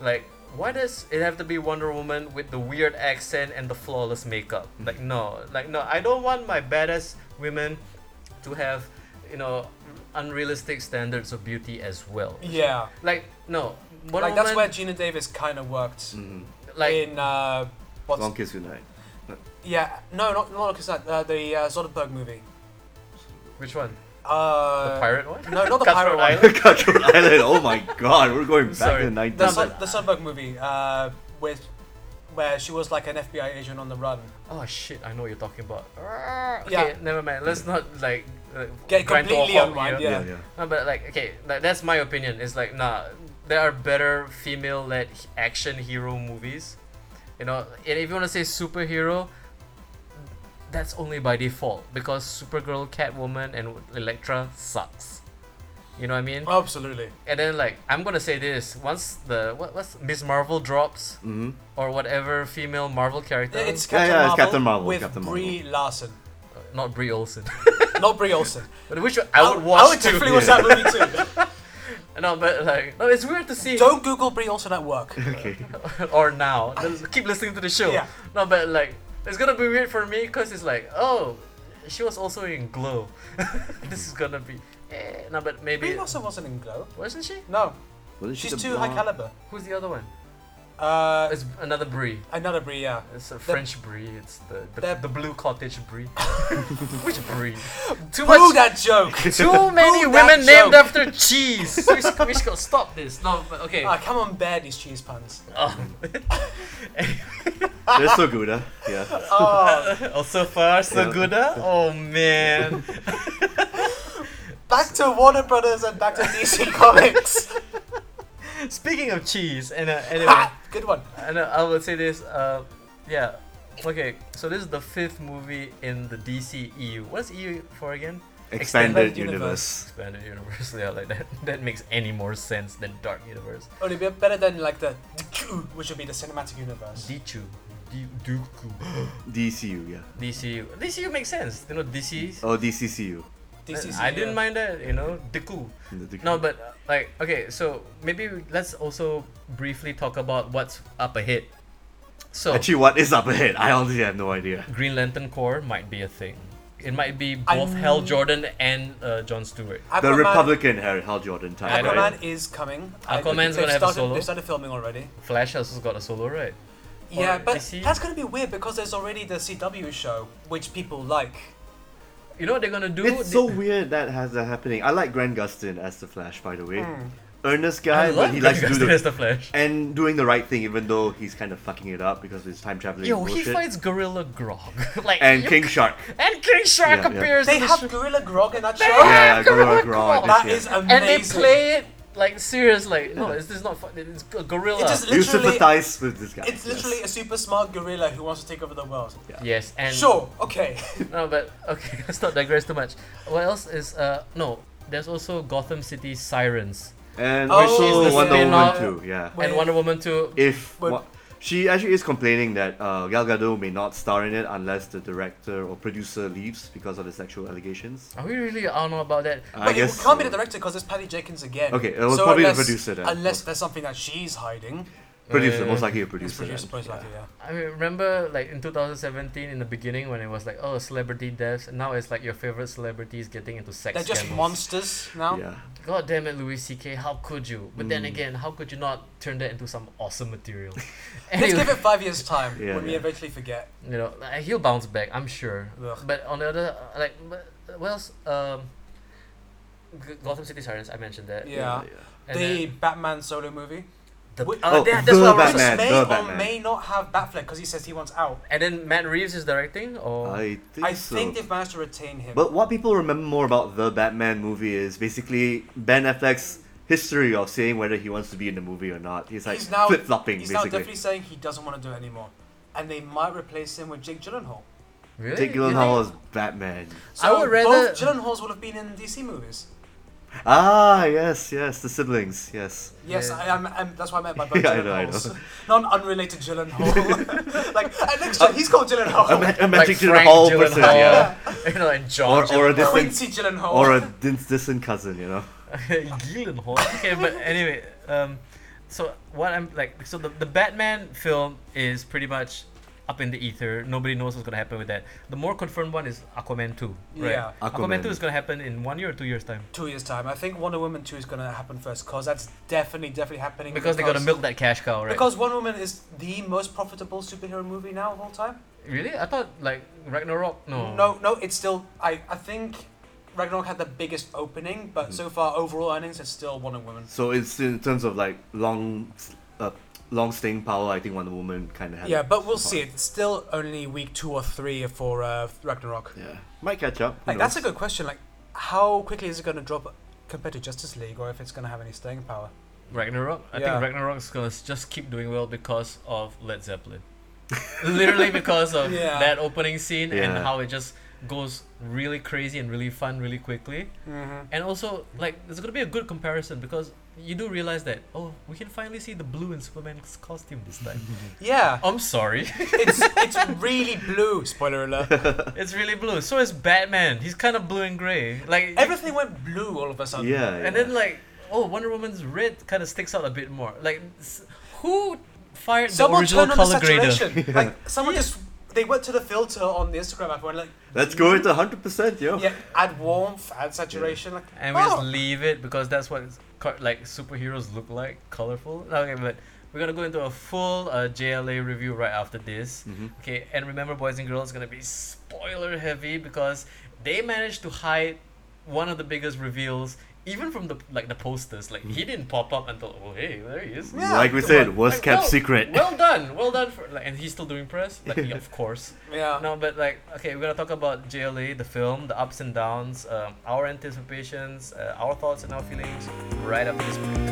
Like, why does it have to be Wonder Woman with the weird accent and the flawless makeup? Like, no, like no. I don't want my badass women to have, you know, unrealistic standards of beauty as well.
yeah,
Like, no. Wonder
like that's where
Woman,
Gina Davis kind of worked
Mm.
like
in uh, what's
Long kiss goodnight.
yeah no not not because that uh, the uh, Soderbergh movie.
which one?
Uh,
The pirate one?
No, not the
Cutthroat
pirate one.
Island?
Cutthroat Island. Oh my god, we're going back
Sorry.
to the
The,
nineties.
That's-
Sod- the Soderbergh movie uh, with where she was like an FBI agent on the run.
Oh shit! I know what you're talking about. Okay,
Yeah.
never mind. Let's not like uh,
Get
grind to a
completely
halt
unwind,
here.
yeah.
yeah.
No, but like, okay, like, that's my opinion. It's like, nah, there are better female-led h- action hero movies. You know, and if you want to say superhero, that's only by default because Supergirl, Catwoman, and Elektra sucks. You know what I mean?
Oh. Absolutely.
And then like, I'm gonna say this once the what what's Miss Marvel drops
hmm
or whatever female Marvel character,
It's
Yeah,
Captain,
yeah, it's
Marvel
Captain Marvel,
with
Captain
Brie Larson,
not Brie Olsen,
not Brie Olsen.
but which one- I would watch
I would
too.
definitely watch that movie
No, but like, no, it's weird to see.
too. Don't Google Brie Olsen at work.
Okay.
or now. Just Keep listening to the show.
Yeah.
No, but like, it's gonna be weird for me because it's like, oh, she was also in Glow. this is gonna be. Eh. No, but maybe.
Brie Larson wasn't in Glow.
Wasn't she?
No,
Wasn't she
she's
the
too high
blonde-
caliber.
Who's the other one?
Uh,
It's another brie.
another Brie, yeah.
It's a French brie. It's the the,
that-
the blue cottage brie. Which brie? Too
Boo
much.
that joke!
Too many
Boo that
women named
joke.
after cheese. we, s- we should stop this. No, but okay.
Ah, come on, bear these cheese puns.
Um,
They're so good, huh? Yeah.
Oh,
oh, so far so
Yeah.
good. Huh? Oh man.
back to Warner Brothers and back to DC Comics.
Speaking of cheese, and uh, anyway,
Ha! Ah, Good one.
and uh, I would say this. Uh, yeah. Okay, so this is the fifth movie in the DC EU. What's EU for again?
Expanded
Expanded
universe.
Expanded universe. Yeah, like that. That makes any more sense than Dark Universe.
Only be better than like the DQ, which would be the cinematic universe.
Dichu. D- Dooku. E
DCU, yeah.
DCU. DCU makes sense. You know, DC.
Oh, DCCU.
DCC,
I didn't
E yeah.
mind that, you know, Dooku. No, but uh, like, okay, so maybe we- let's also briefly talk about what's up ahead. So,
Actually, what is up ahead? I honestly have no idea.
Green Lantern Corps might be a thing. It might be
I'm-
both Hal Jordan and uh, John Stewart.
The
Aquaman-
Republican Harry Hal Jordan type,
Aquaman
right?
Aquaman is coming.
Aquaman's
They've
gonna have a
started,
solo?
They started filming already.
Flash also got a solo, right?
yeah, but
DC?
that's gonna be weird because there's already the CW show, which people like.
You know what they're gonna do?
It's
They-
so weird that has that happening. I like Grant Gustin as the Flash, by the way. Earnest
I
guy,
love
but he likes to do
Guardians
the
as the Flash.
and doing the right thing, even though he's kind of fucking it up because of his time traveling
Yo,
bullshit.
he fights Gorilla Grog. like
and
you-
King Shark.
and King Shark
Yeah, yeah.
appears.
They
in the
have
show.
Gorilla Grog in that show.
Yeah, yeah, Gorilla
Gorilla
Grodd. this
Grodd.
That
year.
is uh, amazing.
and they play it like serious. Like no,
Yeah.
it's this is not fun. It's a gorilla.
It just
You
literally-
sympathize with this guy.
It's
yes.
literally a super smart gorilla who wants to take over the world.
yes, and
Sure, okay.
No, but okay, let's not digress too much. What else is uh no? There's also Gotham City Sirens
And
Oh,
also
she's the
Wonder Woman
spin-off.
too. Yeah.
Wait.
and Wonder Woman 2.
If
But-
wa- she actually is complaining that uh, Gal Gadot may not star in it unless the director or producer leaves because of the sexual allegations.
Are we really I don't know about that?
I
But it
guess
can't be the
so.
director because it's Patty Jenkins again.
Okay, it was probably the producer then.
Unless there's something that she's hiding.
producer,
Uh,
most likely a
Eh, It's
producer.
produced,
then.
most likely, yeah.
I mean, remember like in 2017 in the beginning when it was like oh celebrity deaths, and now it's like your favorite celebrities getting into sex.
They're just
scandals.
monsters now.
Yeah.
God damn it, Louis C.K. How could you? But then again, how could you not turn that into some awesome material?
Mm. Let's
Anyway.
give it five years' time
Yeah,
when we
yeah.
eventually forget.
you know like, he'll bounce back i'm sure
Ugh.
but on the other like but, well s- um G- gotham city sirens i mentioned that
Yeah.
And
the
then
Batman solo movie.
the,
Wait,
oh,
oh,
that-
the
that's what I was-
Batman.
May
the
or
Batman.
may not have Batfleck because he says he wants out.
and then matt reeves is directing or
I think
I
so.
think they've managed to retain him.
But what people remember more about the Batman movie is basically Ben Affleck's history of saying whether he wants to be in the movie or not. He's like
He's now-
flip flopping
He's now
basically.
definitely saying he doesn't want to do it anymore. And they might replace him with Jake Gyllenhaal.
really
Jake
You think-
Gyllenhaal is Batman.
So
would rather-
both Gyllenhaals will have been in DC movies.
Ah, yes, yes, the siblings, yes.
Yes,
Yeah.
I am. I'm, that's what I meant by both
Yeah, I know, I
Gyllenhaals. Not an unrelated Gyllenhaal. like, and next year, he's called
A, ma-
Gyllenhaal.
a
like
magic
Frank
Gyllenhaal person,
Gyllenhaal,
yeah.
you know and john
Or, or a distant,
Quincy Gyllenhaal.
or a din- distant cousin, you know.
Gyllenhaal. Okay, but anyway, um, so what I'm like, so the, the Batman film is pretty much up in the ether. Nobody knows what's gonna happen with that. The more confirmed one is Aquaman two. Right?
Yeah.
Aquaman.
Aquaman.
two is gonna happen in one year or two years time
Two years time. I think Wonder Woman two is gonna happen first because that's definitely, definitely happening.
because they gotta milk that cash cow, right?
Because Wonder Woman is the most profitable superhero movie now of all time.
really, I thought like Ragnarok. No.
No, no, it's still. I, I think Ragnarok had the biggest opening,
Mm.
but so far overall earnings it's still Wonder Woman.
So it's in terms of like long, uh, long staying power. I think Wonder Woman kind of had.
Yeah,
it
but we'll
somehow.
see. It's still only week two or three for uh, Ragnarok.
Yeah, might catch up. who
Like that's a
knows?
good question. Like, how quickly is it going to drop compared to Justice League, or if it's going to have any staying power?
Ragnarok. I
Yeah.
think Ragnarok's gonna s- just keep doing well because of Led Zeppelin. Literally because of
Yeah.
that opening scene and
Yeah.
how it just goes really crazy and really fun really quickly.
Mm-hmm.
And also, like, there's gonna be a good comparison because you do realize that oh, we can finally see the blue in Superman's costume this time.
Yeah,
I'm sorry,
it's it's really blue. Spoiler alert.
it's really blue. So is Batman. He's kind of blue and gray. Like
Everything went blue all of a sudden.
Yeah,
And
yeah.
then like oh, Wonder Woman's red kind of sticks out a bit more. Like s- who fired
Someone
the original
turned on
color
the
grader?
saturation. Like someone just they went to the filter on the Instagram app and like
Let's go into hundred percent, yo.
yeah, add warmth, add saturation. Like
And we just
Oh.
leave it because that's what it's co- like superheroes look like, colorful. Okay, but We're gonna go into a full uh, JLA review right after this.
Mm-hmm.
Okay, and remember, boys and girls, it's gonna be spoiler heavy because they managed to hide one of the biggest reveals, even from the like the posters. Like he didn't pop up until oh hey there he is.
Yeah,
like we
come
said,
on.
worst
Like,
kept
well-
secret.
Well done, well done for like, and he's still doing press. Like yeah, of course.
Yeah.
No, but like, okay, we're gonna talk about JLA, the film, the ups and downs, um, our anticipations, uh, our thoughts and our feelings, right after this break.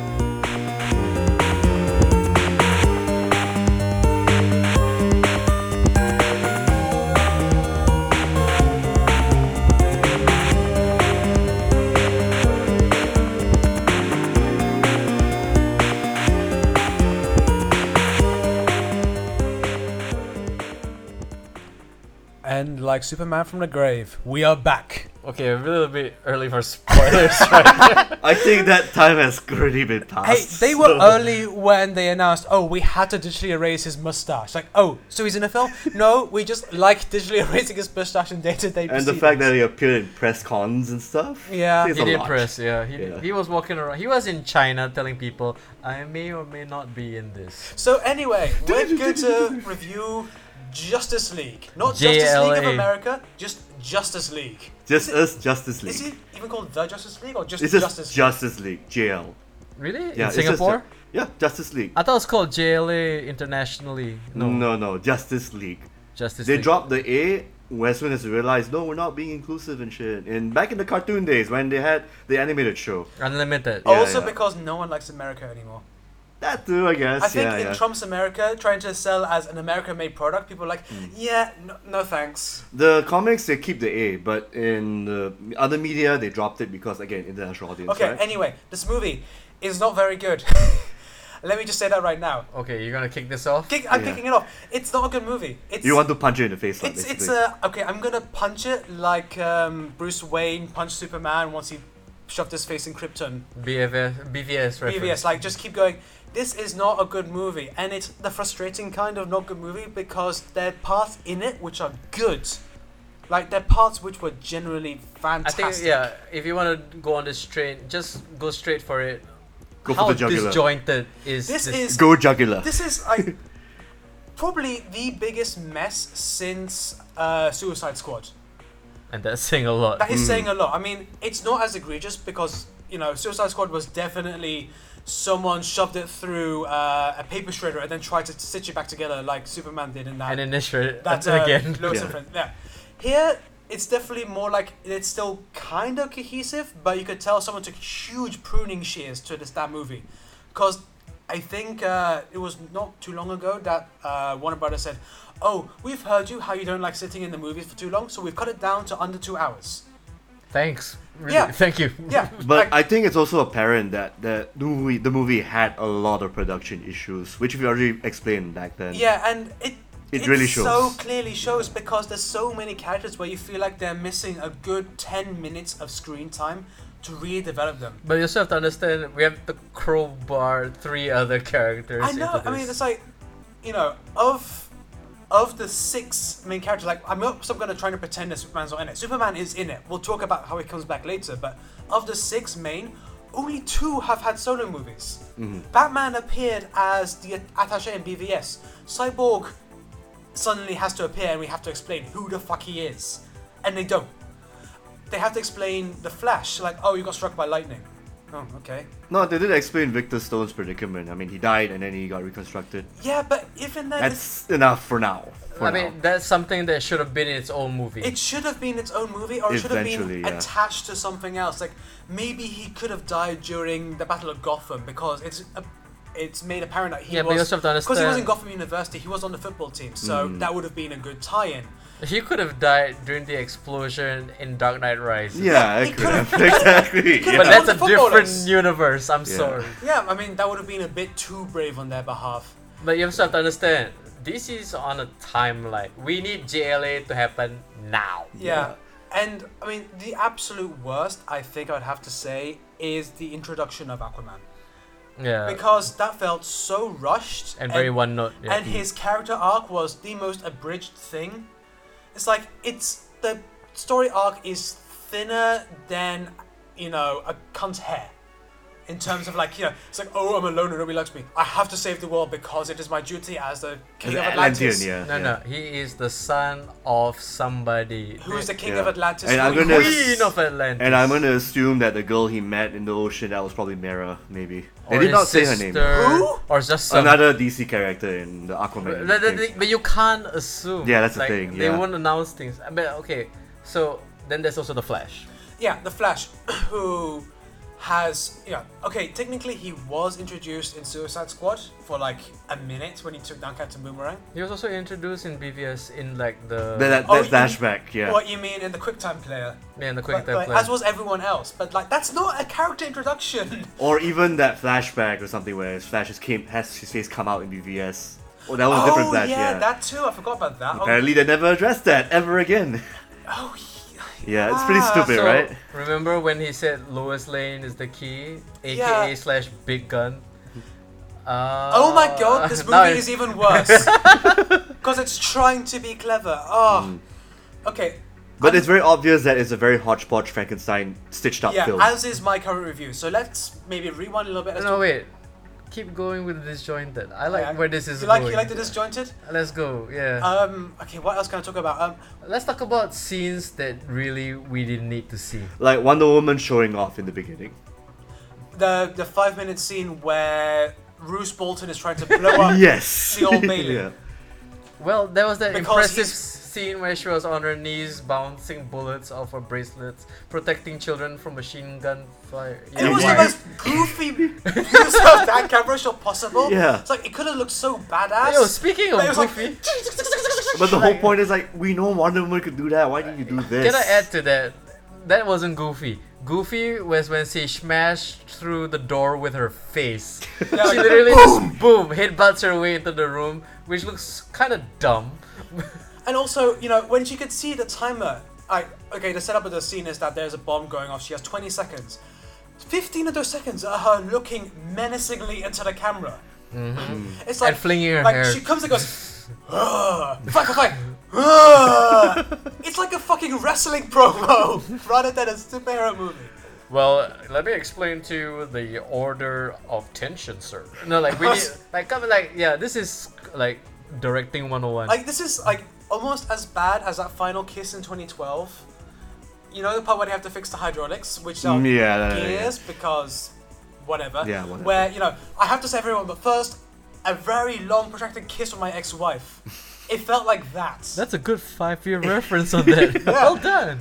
And like Superman from the grave, we are back.
Okay, a little bit early for spoilers, right?
I think that time has already been
Hey,
passed.
they were
so-
early when they announced, oh, we had to digitally erase his mustache. Like, oh, so he's in a film? no, we just like digitally erasing his mustache in day-to-day
And the fact that he appeared in press cons and stuff.
Yeah.
says
he
a
did
lot.
press, yeah. He,
Yeah.
he was walking around. He was in China telling people, I may or may not be in this.
So anyway, we're going to review Justice League. Not Justice League
JLA.
of America, just Justice League.
Just
Is it-
us, Justice League.
Is it even called The Justice League or just
It's just
Justice League?
Justice League, JL.
Really?
Yeah,
in
it's just-
Singapore?
yeah, Justice League.
I thought it was called JLA internationally. No,
No. no, Justice League.
Justice
They
League.
dropped the A. Westman has realized, no, we're not being inclusive and shit. And back in the cartoon days when they had the animated show,
Unlimited.
Yeah,
also
yeah.
because no one likes America anymore.
that too, I guess.
I think
yeah,
in
yeah.
Trump's America, trying to sell as an America-made product, people are like,
Hmm.
yeah, no, no thanks.
the comics they keep the A, but in the other media they dropped it because again, international audience.
Okay,
right?
anyway, this movie is not very good. Let me just say that right now.
Okay, you're gonna kick this off?
Kick, I'm
Yeah.
kicking it off. It's not a good movie. It's,
you want to punch it in the face, like
It's
basically.
it's uh, okay. I'm gonna punch it like um, Bruce Wayne punched Superman once he shoved his face in Krypton.
BFS, BVS reference.
BVS, like just keep going. This is not a good movie, and it's the frustrating kind of not good movie because there are parts in it which are good, like there are parts which were generally
I
fantastic.
think yeah. If you want to go on this train, just go straight for it.
Go for
How
the jugular.
disjointed is
This
this?
is-
Go jugular.
This is like probably the biggest mess since uh, Suicide Squad.
and that's saying a lot.
That is saying a lot. I mean, it's not as egregious because you know Suicide Squad was definitely someone shoved it through uh, a paper shredder and then tried to stitch it back together like Superman did in that.
and initiate
that
that
uh,
again.
Lewis
Yeah.
and Friends. Yeah. Here it's definitely more like it's still kind of cohesive, but you could tell someone took huge pruning shears to this that movie, because I think uh, it was not too long ago that uh, Warner Brothers said, "Oh, we've heard you how you don't like sitting in the movies for too long, so we've cut it down to under two hours."
Thanks. Really,
Yeah.
Thank you.
Yeah,
But
like-
I think it's also apparent that that the movie, the movie had a lot of production issues, which we already explained back then.
Yeah, and it
It really shows.
so clearly shows because there's so many characters where you feel like they're missing a good ten minutes of screen time to really develop them.
But you also have to understand we have to crowbar three other characters.
I know.
Into
I mean,
this.
it's like, you know, of of the six main characters. Like, I'm not. So I'm gonna try to pretend that Superman's not in it. Superman is in it. We'll talk about how he comes back later. But of the six main, only two have had solo movies. Batman appeared as the attaché in BVS. Cyborg suddenly has to appear, and we have to explain who the fuck he is, and they don't. They have to explain the Flash, like, oh, you got struck by lightning. Oh, okay.
No, they did explain Victor Stone's predicament. I mean, he died and then he got reconstructed.
Yeah, but even then, it's-
That's enough for now. For
I mean,
now.
that's something that should have been in its own movie.
It should have been its own movie, or it should have been
Eventually, yeah.
attached to something else. Like maybe he could have died during the Battle of Gotham because it's a, it's made apparent that he
Yeah, but
was
you also have to
he was
understand-
in Gotham University. He was on the football team, so that would have been a good tie-in.
he could have died during the explosion in Dark Knight Rises.
yeah,
it
I could
could've-
have exactly.
could've
But
yeah.
been-
that's a
The
different
footballers.
universe. I'm
Yeah.
sorry.
Yeah, I mean that would have been a bit too brave on their behalf.
But you also have to understand, this is on a timeline. We need JLA to happen now.
Yeah. And I mean, the absolute worst, I think I'd have to say, is the introduction of Aquaman.
Yeah.
Because that felt so rushed.
and very one note. Yeah.
and his character arc was the most abridged thing. It's like it's the story arc is thinner than you know a cunt's hair. in terms of like you know it's like oh I'm alone and nobody likes me I have to save the world because it is my duty as the king
The
of
Atlantean,
Atlantis
yeah.
No,
yeah.
no, he is the son of somebody.
who is the king
Yeah.
of Atlantis
And I'm
who
gonna-
Queen of Atlantis.
And I'm gonna assume that the girl he met in the ocean that was probably Mera, maybe. They
Or
did
his
not say her name.
sister,
Who?
Or just some.
Another DC character in the Aquaman.
But, but-
thing.
but you can't assume.
Yeah, that's the
like,
thing,
They
yeah.
won't announce things. But okay, so then there's also the Flash.
Yeah, the Flash, who has yeah. Okay, technically he was introduced in Suicide Squad for like a minute when he took down Captain Boomerang.
He was also introduced in BVS in like the
That, that,
Oh,
that flashback, yeah.
What you mean in the QuickTime player?
yeah, in the quick
But,
time
like,
plan.
as was everyone else, but like that's not a character introduction.
Or even that flashback or something where his Flash just came, has his face come out in BVS. Oh, that was a different
oh
Flash,
yeah,
yeah.
that too. I forgot about that. Oh,
Apparently, they never addressed that ever again.
oh,
Yeah, it's pretty
Ah,
stupid,
So,
right?
Remember when he said Lois Lane is the key, aka
Yeah.
slash Big Gun? Uh,
oh my god, this
now
movie
it-
is even worse because it's trying to be clever.
Mm.
Oh, okay.
But it's very obvious that it's a very hodgepodge Frankenstein stitched up
Yeah,
film.
as is my current review. So let's maybe rewind a little bit. as to
No wait, keep going with the disjointed. I like
Yeah.
where this is
you like,
going.
You like the disjointed?
Let's go. Yeah.
Um, okay, what else can I talk about? Um,
Let's talk about scenes that really we didn't need to see.
Like Wonder Woman showing off in the beginning.
the the five minute scene where Bruce Bolton is trying to blow up.
yes.
the Old Bailey.
yeah.
Well, there was that
Because
impressive
he's-
scene where she was on her knees bouncing bullets off her bracelets, protecting children from machine gun fire.
It was
Yeah.
the most goofy use of that camera shot possible.
Yeah.
It's like it could have looked so badass.
Yo, speaking of
but it was like-
goofy,
But the
Like-
whole point is like we know Wonder Woman could do that. Why did you do this?
can I add to that? That wasn't goofy. Goofy was when she smashed through the door with her face.
Yeah,
She
like-
literally just boom headbutts her way into the room, which looks kind of dumb.
And also, you know, when she could see the timer, I okay, the setup of the scene is that there's a bomb going off. She has 20 seconds. 15 of those seconds are her looking menacingly into the camera. It's like
Mm-hmm. And flinging her
like
hair.
she comes and goes, "Ugh, fuck, fuck, fuck, ugh." It's like a fucking wrestling promo rather than a superhero movie.
Well, let me explain to you the order of tension, sir. No, like
Oh,
we need, like come like yeah, this is like directing 101.
Like this is like almost as bad as that final kiss in 2012. You know the part where they have to fix the hydraulics, which are
Mm, yeah, that- yeah.
gears because whatever.
Yeah, whatever.
Where you know I have to save everyone, but first a very long protracted kiss with my ex-wife. it felt like that.
That's a good five-year reference on that. Well done.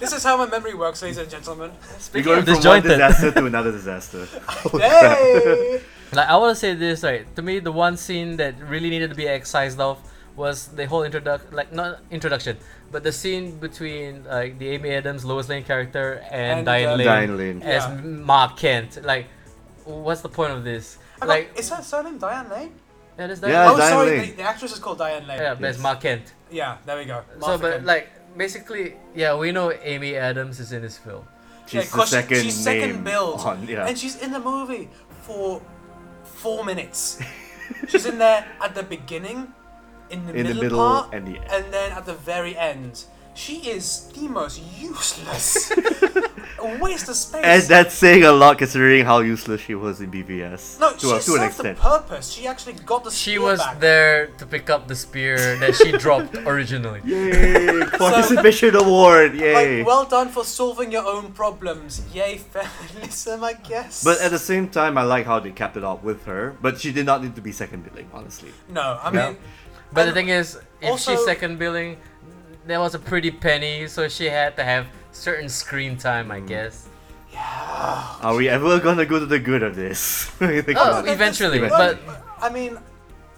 this is how my memory works, ladies and gentlemen.
We're
Speaking
going
of
from one
disjointed,
disaster to another disaster.
Yay!
like I want to say this right. To me, the one scene that really needed to be excised off was the whole introduction, like not introduction, but the scene between like the Amy Adams Lois Lane character and,
And,
Diane
uh,
Lane
Diane Lane.
as
Yeah.
Mark Kent. Like, what's the point of this?
I got-
like,
is her surname Diane Lane?
yeah, that's Diane
Yeah,
Lane.
oh,
Uh, Diane
sorry,
Lane.
The, the actress is called Diane Lane.
Yeah,
Yeah,
but it's
Yes.
Mark Kent.
there we go.
so,
Martha
but
Kent.
like basically, yeah, we know Amy Adams is in this film.
She's
yeah,
the
'cause she-
second
she's
name
second build,
on. Yeah.
and she's in the movie for four minutes. she's in there at the beginning, in the
In the
middle,
middle
part,
and the end.
and then at the very end. She is the most useless, a waste of space.
and that's saying a lot considering how useless she was in BVS.
no,
to,
she
a, to an
served the
extent.
purpose. She actually got the
She
spear
was
back.
there to pick up the spear that she dropped originally.
Yay! Participation award! Yay!
Like, uh, well done for solving your own problems. Yay, feminism, I guess.
but at the same time, I like how they capped it off with her. But she did not need to be second billing, honestly.
no, I mean,
No. But the
And
thing is, if she's
also-
second billing, there was a pretty penny, so she had to have certain screen time, I guess.
Are we ever gonna go to the good of this? I think
Oh,
not.
that's-
eventually,
Eventually.
but
I mean,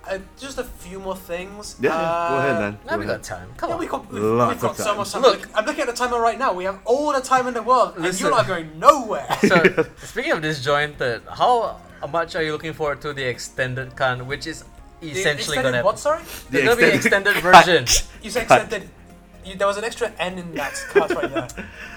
uh, just a few more things.
yeah,
Uh,
go ahead then.
now
Go
we
ahead.
got time. Come
Yeah,
on.
we got, we've,
Lots
we've got
of
so
time.
much time.
Look.
I'm looking at the timer right now. We have all the time in the world, and
Listen.
you are going nowhere.
so, speaking of disjointed, how much are you looking forward to the extended con, which is essentially
Extended
gonna happen?
What, sorry?
There's gonna be an
extended-
extended version.
You said
Cut.
extended. You, there was an extra N in that cut right there.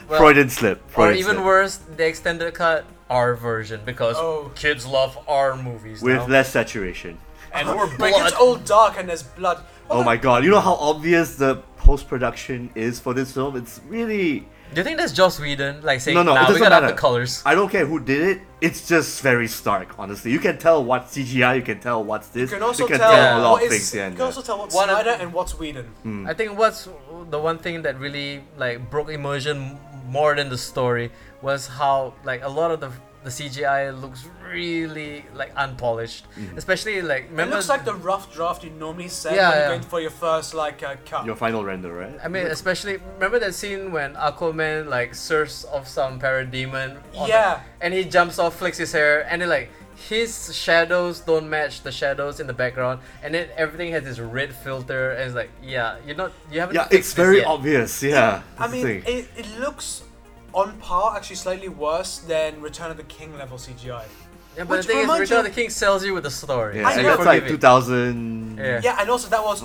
Well,
Freudian slip.
Or
Freudian
even
slip.
worse, the extended cut R version because
Oh.
kids love R movies
With
now.
less saturation.
and we're
Like,
blood.
it's all dark and there's blood. What
Oh
the-
my god, you know how obvious the post production is for this film? It's really.
Do you think that's Joss Whedon like saying,
No, no, it
"Nah, we
doesn't
gotta
matter.
up the colors"?
I don't care who did it. It's just very stark, honestly. You can tell what's CGI. You can tell what's this.
You can also
can
tell,
a
Yeah.
lot
what
of
is.
things. Yeah,
you can
yeah.
also tell what's
One of- Hmm.
Snyder and what's Whedon.
Um,
I think what's the one thing that really like broke immersion more than the story was how like a lot of the the CGI looks really like unpolished,
Mm-hmm.
especially like
It
remember.
looks like the rough draft you normally send
Yeah,
when
yeah.
you're going for your first like uh, cut.
Your final render, right?
I mean, especially remember that scene when Aquaman like surfs off some parademon. on the-
Yeah.
and he jumps off, flicks his hair, and then like his shadows don't match the shadows in the background, and then everything has this red filter, and it's like, yeah, you're not, you haven't.
yeah,
fixed
it's
this
very
yet.
obvious. Yeah.
I
that's the
mean,
thing.
it, it looks on par, actually slightly worse than Return of the King level CGI.
Yeah, but
Which
the thing is,
reminds
Return of the
you-
King sells you with the story.
yeah,
I
so
and
you're
know.
that's like
forgiving.
2000.
Yeah.
Yeah, and also that was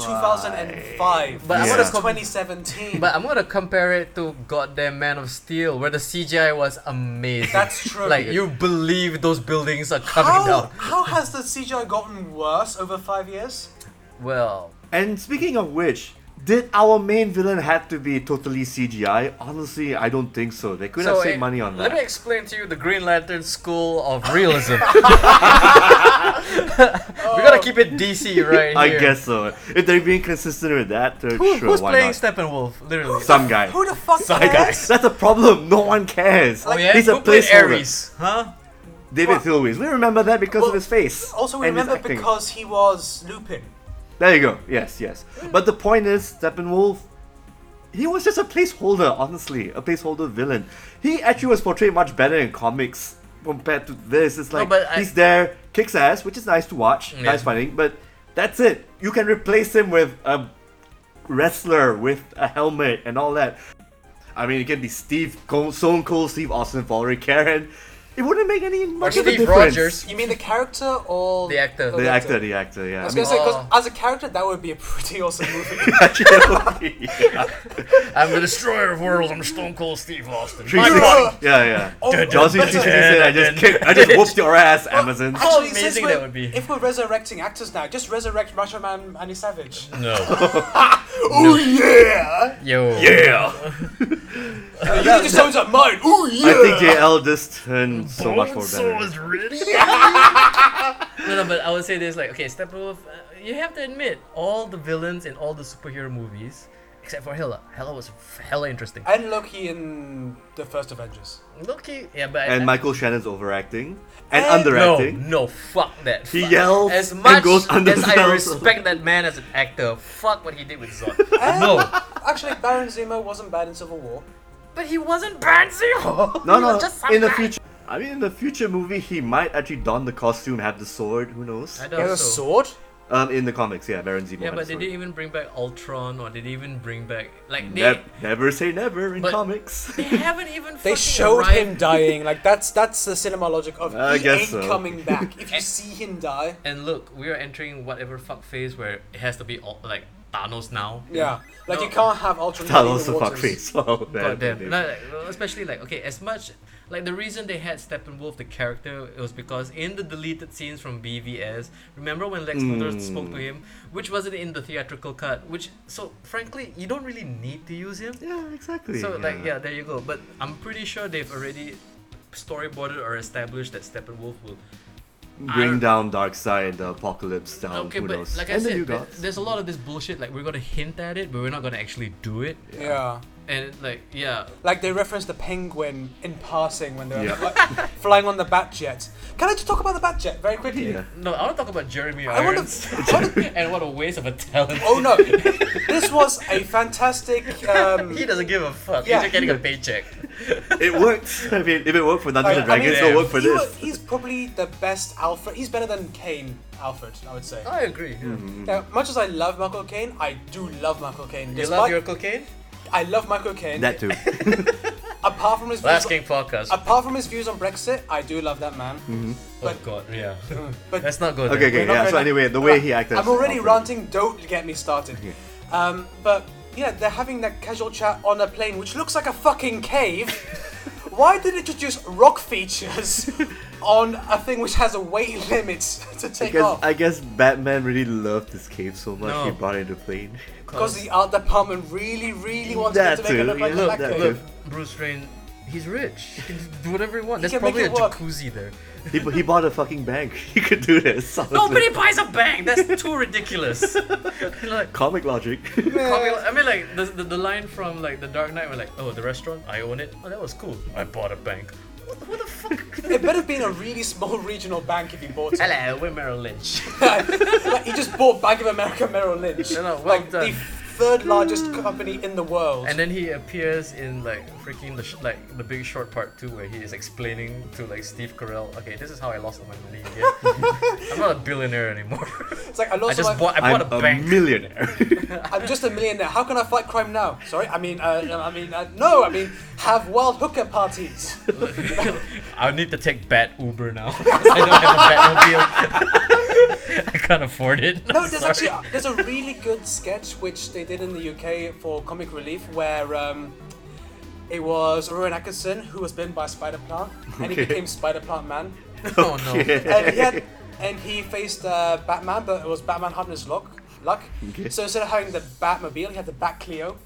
2005.
But
I
this
wanna
is
com-
2017.
But I'm gonna compare it to goddamn Man of Steel, where the CGI was amazing.
That's true.
Like you believe those buildings are coming
how,
down.
how has the CGI gotten worse over five years?
Well,
And speaking of which, did our main villain have to be totally CGI? Honestly, I don't think so. They could have saved
eh,
money on
Let
that.
me explain to you the Green Lantern school of realism. we gotta keep it DC right
I
here.
guess so. If they're being consistent with that, then
Who,
sure,
who's
why
playing
not?
Steppenwolf? Literally.
Some guy.
Who the fuck
Some guy.
cares?
That's a problem. No one cares.
oh yeah,
He's a
who played
placeholder.
Ares? Huh?
David
Well-
Thilwes. We remember that because
Well,
of his face.
Also, we
and his
remember
acting.
because he was Lupin.
There you go. Yes, yes. But the point is, Steppenwolf, he was just a placeholder, honestly. A placeholder villain. He actually was portrayed much better in comics compared to this. It's like
but I-
he's there, kicks ass, which is nice to watch,
Yeah.
nice fighting, but that's it. You can replace him with a wrestler with a helmet and all that. I mean, it can be Steve, Cold, Stone Cold, Steve Austin, Valerie Karen. It wouldn't make any much of a
Steve
difference.
Rogers.
You mean the character or
The actor.
The actor, the actor, yeah.
I was
I mean,
gonna say because
Oh.
as a character, that would be a pretty awesome movie.
actually, that would be- yeah.
I'm the destroyer of worlds. I'm Stone Cold Steve Austin.
Three
My
six-
body.
Yeah, yeah.
Oh, Dun, dun,
Josie
dun,
sixty six
dun,
said, "I
dun,
just kicked, I just whooped your ass, Amazon."
How
Actually, since
amazing
we're-
that would be.
If we're resurrecting actors now, just resurrect Macho Man Andy Savage.
No.
Oh yeah!
Yo.
Yeah.
you can just sounds like mine. Oh yeah!
I think JL just turned so much more better.
ready. no, no, but I would say this: like, okay, Steppenwolf. Uh, you have to admit, all the villains in all the superhero movies, except for Hela. Hela was f- hella interesting.
and Loki in the first Avengers.
Loki, yeah, but I-
And
I-
Michael Shannon's overacting and
And-
Eh, no,
underacting.
no, fuck that.
He
fuck.
yells
as
and
much
goes under
as
the
I
belt.
respect that man as an actor. Fuck what he did with Zod.
And-
no,
Actually, Baron Zemo wasn't bad in Civil War.
but he wasn't Baron Zemo.
No,
He was
no.
just some
In the
guy.
future, I mean, in the future movie, he might actually don the costume, have the sword. Who knows?
I don't know.
sword.
Um, in the comics, yeah, Baron Zemo.
Yeah,
had a
but they
sword.
didn't even bring back Ultron, or they didn't even bring back like they.
Nev- never say never in
But-
comics.
They haven't even.
They
fucking
showed
arrived.
him dying. Like that's that's the cinema logic of
I
he
guess
ain't
so.
coming back. If you see him die,
And look, we are entering whatever fuck phase where it has to be all, like Thanos now.
yeah, like you
No.
can't have Ultron.
Talos
in
the
the waters.
fuckface. Oh man.
Goddamn. No, like, well, especially like okay, as much like the reason they had Steppenwolf the character it was because in the deleted scenes from BVS, remember when Lex
Hmm.
Luthor spoke to him, which wasn't in the theatrical cut. Which so frankly, you don't really need to use him.
Yeah, exactly.
So like yeah, there you go. But I'm pretty sure they've already storyboarded or established that Steppenwolf will
bring
I-
down dark side the apocalypse down
Okay,
who
but
knows
like I
and the new
said, th-
gods
there's a lot of this bullshit. Like we're gonna hint at it, but we're not gonna actually do it.
Yeah.
And like, yeah,
Like they referenced the penguin in passing when they're
Yeah.
fly- flying on the bat jet. Can I just talk about the bat jet very quickly?
yeah
no, I want to talk about Jeremy
I wanna-
Irons.
I wanna-
and what a waste of a talent.
Oh no! this was a fantastic. Um,
he doesn't give a fuck.
Yeah.
He's just getting a paycheck.
it worked i mean if it worked for dungeons and
I- I mean,
dragons it'll work for
he wa-
this
he's probably the best Alfred. He's better than Kane Alfred, I would say.
I agree. Mm-hmm. yeah.
Mm.
Now, much as I love Michael Caine, I do love Michael Caine.
You
Despite-
love your cocaine?
I love Michael Caine.
that too
apart from his views,
Last King podcast.
apart from his views on Brexit, I do love that man.
oh god, yeah.
But
Let's not go there.
okay okay
We're not
yeah so
gonna-
anyway the way he acted
I'm already
Alfred.
ranting. Don't get me started. Um, but yeah, they're having that casual chat on a plane, which looks like a fucking cave. Why did it introduce rock features on a thing which has a weight limit to take
Because
off.
I guess Batman really loved this cave so much he
No.
brought it to plane.
Because the art department really, really wanted
That
them to make it
too,
look
he
like a
loved
black
that
cave.
too.
Look, Bruce Wayne, he's rich. He can do whatever he wants. There's
can make
probably a
it work.
jacuzzi there.
He, he bought a fucking bank. He could do this. honestly.
Nobody buys a bank. That's too ridiculous. like,
Comic logic.
copy, I mean, like the, the, the line from like the Dark Knight, where like, oh, the restaurant, I own it. Oh, that was cool. I bought a bank. What, what the fuck?
It better have been a really small regional bank if he bought it.
Hello, we're Merrill Lynch.
like, he just bought Bank of America Merrill Lynch.
No, no, well
like the
done.
third largest company in the world.
and then he appears in like freaking the sh- like the Big Short part two, where he is explaining to like Steve Carell, okay, this is how I lost all my money again. I'm not a billionaire anymore.
it's like I
I
lost
just
my,
bought. I
I'm
bought
a,
a bank.
millionaire.
I'm just a millionaire. How can I fight crime now? Sorry, I mean, uh, I mean, uh, no, I mean, have wild hooker parties.
I need to take Bat Uber now. I don't have a Batmobile. I can't afford it.
No,
I'm
there's
sorry.
actually uh, there's a really good sketch which they did in the UK for comic relief where um, it was Rowan Atkinson who was bitten by a spider plant and he
Okay.
became Spider Plant Man
Oh no.
and he had and he faced uh, Batman but it was Batman having his luck luck
Okay.
so instead of having the Batmobile he had the Bat Cleo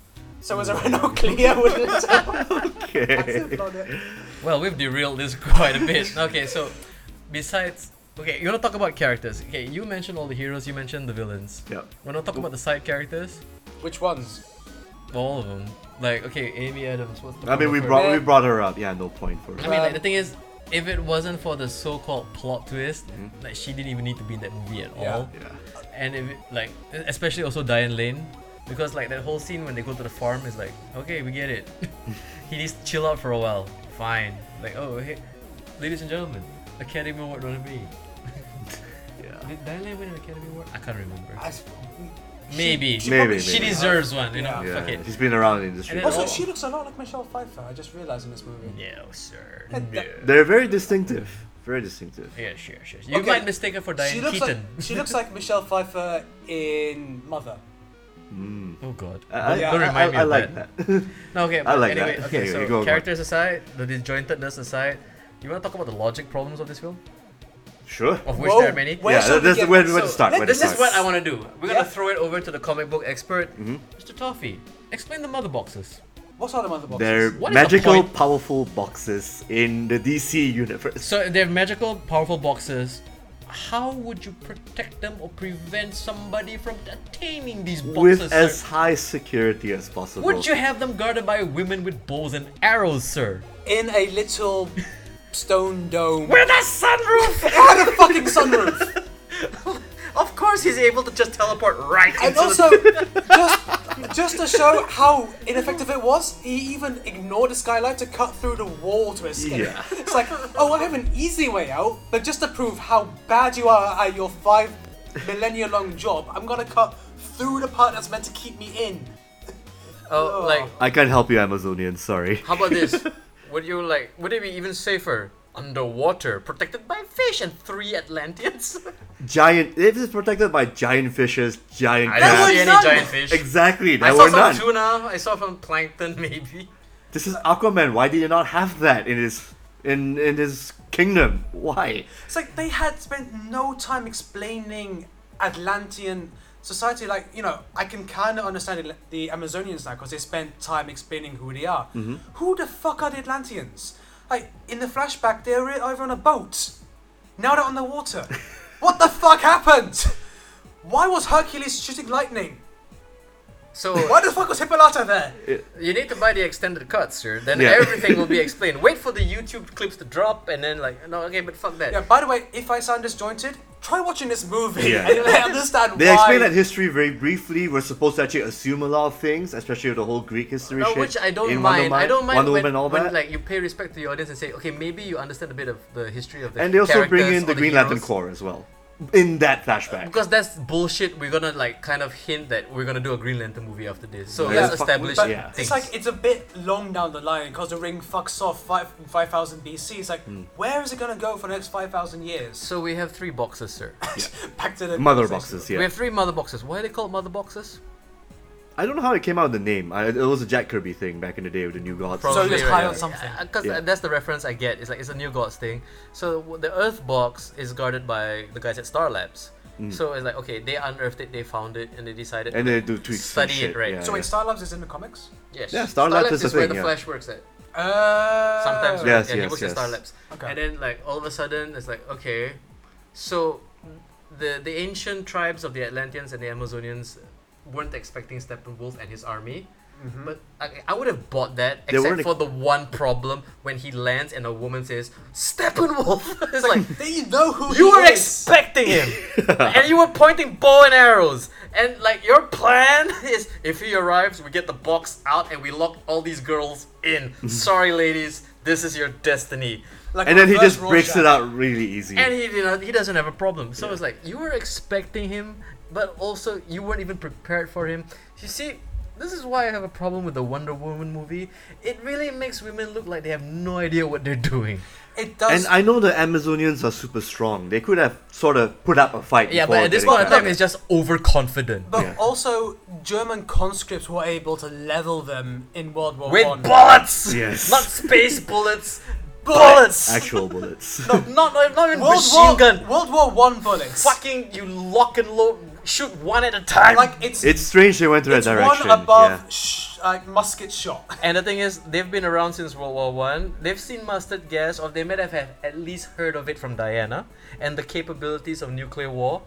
so it was a Renault Clio with a little
okay.
on it.
Well, we've derailed this quite a bit. Okay, so besides, okay, you wanna talk about characters? Okay, you mentioned all the heroes. You mentioned the villains.
Yep.
Wanna talk about the side characters?
Which ones?
All of them. Like, okay, Amy Adams. What's the
I mean, we
point of her?
brought we brought her up. Yeah, no point for
I
her.
mean, like,
Um,
the thing is, if it wasn't for the so-called plot twist, like she didn't even need to be in that movie at
Yeah.
all.
Mm-hmm. Yeah.
and if it, like especially also Diane Lane because like that whole scene when they go to the farm is like okay we get it he needs to chill out for a while fine like oh hey ladies and gentlemen Academy Award nominee
Yeah.
did Diane Lane win an Academy Award I can't remember
I,
maybe
Maybe,
probably-
maybe.
she deserves one you know
Yeah.
fuck it
She's been around the industry.
And then
Also,
all-
she looks a lot like Michelle Pfeiffer. I just realized in this movie.
no sir
Yeah.
They're very distinctive. Very distinctive.
yeah sure sure you
Okay.
might mistake her for Diane
She looks like
Keaton
she looks like Michelle Pfeiffer in Mother.
oh god
I, I,
don't, don't
I,
remind
I,
me
I
of
like
that.
that.
No, okay,
I
but
like that.
anyway, okay,
Okay, okay,
so
go on, go on.
characters aside, the disjointedness aside, you want to talk about the logic problems of this film?
sure.
Of which
Whoa,
there are many?
Where
yeah,
shall we
that's
get-
where, where to
so
start.
let-
where to
This
start.
is what I want to do. We're
Yeah.
going to throw it over to the comic book expert,
Mm-hmm.
Mr. Toffee. Explain the mother boxes.
What are the mother boxes?
They're
What is the
magical,
point?
powerful boxes in the DC universe.
So they're magical, powerful boxes. How would you protect them or prevent somebody from attaining these boxes?
with
sir?
as high security as possible.
would you have them guarded by women with bows and arrows, sir?
in a little stone dome
With a sunroof!
on a fucking sunroof.
of course he's able to just teleport right
And also, just just to show how ineffective it was, he even ignored a skylight to cut through the wall to escape.
Yeah.
It's like, oh, I have an easy way out, but just to prove how bad you are at your five millennia long job, I'm gonna cut through the part that's meant to keep me in.
Oh, like,
I can't help you, Amazonian. Sorry.
How about this? would you like? Would it be even safer underwater, protected by fish and three Atlanteans?
Giant. If it's protected by giant fishes, giant.
I
crabs-
don't
were
see any
none!
giant fish.
Exactly.
I
There
saw
were
some
none.
tuna. I saw some plankton, maybe.
This is Aquaman. Why did you not have that in his in in his kingdom? Why?
It's like they had spent no time explaining Atlantean society. Like, you know, I can kind of understand it, the Amazonians now because they spent time explaining who they are.
Mm-hmm.
Who the fuck are the Atlanteans? Like, in the flashback, they're over on a boat. Now they're on the water. what the fuck happened? Why was Hercules shooting lightning?
So
Why the fuck was Hippolyta there?
you need to buy the extended cuts, sir. Then
Yeah.
everything will be explained. Wait for the YouTube clips to drop, and then like, no, okay, but fuck that.
Yeah, by the way, if I sound disjointed, try watching this movie
Yeah.
and you'll understand
They
why.
explain that history very briefly. We're supposed to actually assume a lot of things, especially with the whole Greek history
No,
shit.
which I don't
in
mind.
Wonder
I don't mind
Wonder
when,
Woman, all
when
that.
like you pay respect to your audience and say, okay, maybe you understand a bit of the history of the
and they also bring
characters
in the
or
Green Lantern
heroes.
Corps as well in that flashback.
Because that's bullshit. We're gonna like kind of hint that we're gonna do a Green Lantern movie after this. So
Yeah,
let's
fuck-
establish
but
things.
It's like it's a bit long down the line because the ring fucks off five five thousand BC. It's like
Hmm.
where is it gonna go for the next five thousand years?
so we have three boxes, sir.
Back to the
Mother
conversation.
boxes, yeah.
We have three mother boxes. Why are they called mother boxes?
I don't know how it came out in the name. I, it was a Jack Kirby thing back in the day with the New Gods.
So he was
Probably,
high
yeah.
on something.
Because
Yeah.
that's the reference I get. It's like it's a new gods thing. So w- the Earth box is guarded by the guys at Star Labs. So it's like okay, they unearthed it, they found it, and they decided.
Mm. and they do tweaks. some
Study it,
shit,
right.
Yeah,
So
yeah.
wait, Star Labs is in the comics?
Yes.
Yeah, Star Labs is a
where
thing,
the
yeah.
Flash works at.
Uh,
sometimes right?
Yes,
yeah, he
yes,
works
yes.
at Star Labs.
Okay.
And then like all of a sudden it's like okay, so the the ancient tribes of the Atlanteans and the Amazonians weren't expecting Steppenwolf and his army. But I, I would have bought that
They
except
weren't-
for the one problem when he lands and a woman says Steppenwolf. it's like
They know who
you
he
were
is.
expecting him, and you were pointing bow and arrows, and like your plan is if he arrives, we get the box out and we lock all these girls in. Sorry, ladies, this is your destiny.
Like
and then he
reverse
just breaks it
Rorschach.
out really easy.
And he you know, he doesn't have a problem. So it's like you were expecting him, but also you weren't even prepared for him. You see. This is why I have a problem with the Wonder Woman movie. It really makes women look like they have no idea what they're doing.
It does.
And I know the Amazonians are super strong. They could have sort of put up a fight.
Yeah,
before
but at this
getting
point in
that.
time, it's just overconfident.
but
Yeah.
also, German conscripts were able to level them in World War
With
One.
bullets!
Yes.
Not space bullets, bullets!
actual bullets.
no, not, not, not even
World
machine
War
gun.
World War One bullets.
Fucking, you lock and load, shoot one at a time.
Like it's
It's strange they went to that
it's
direction.
one above
yeah.
sh- like musket shot.
and the thing is, they've been around since World War One. They've seen mustard gas, or they might have had at least heard of it from Diana, and the capabilities of nuclear war.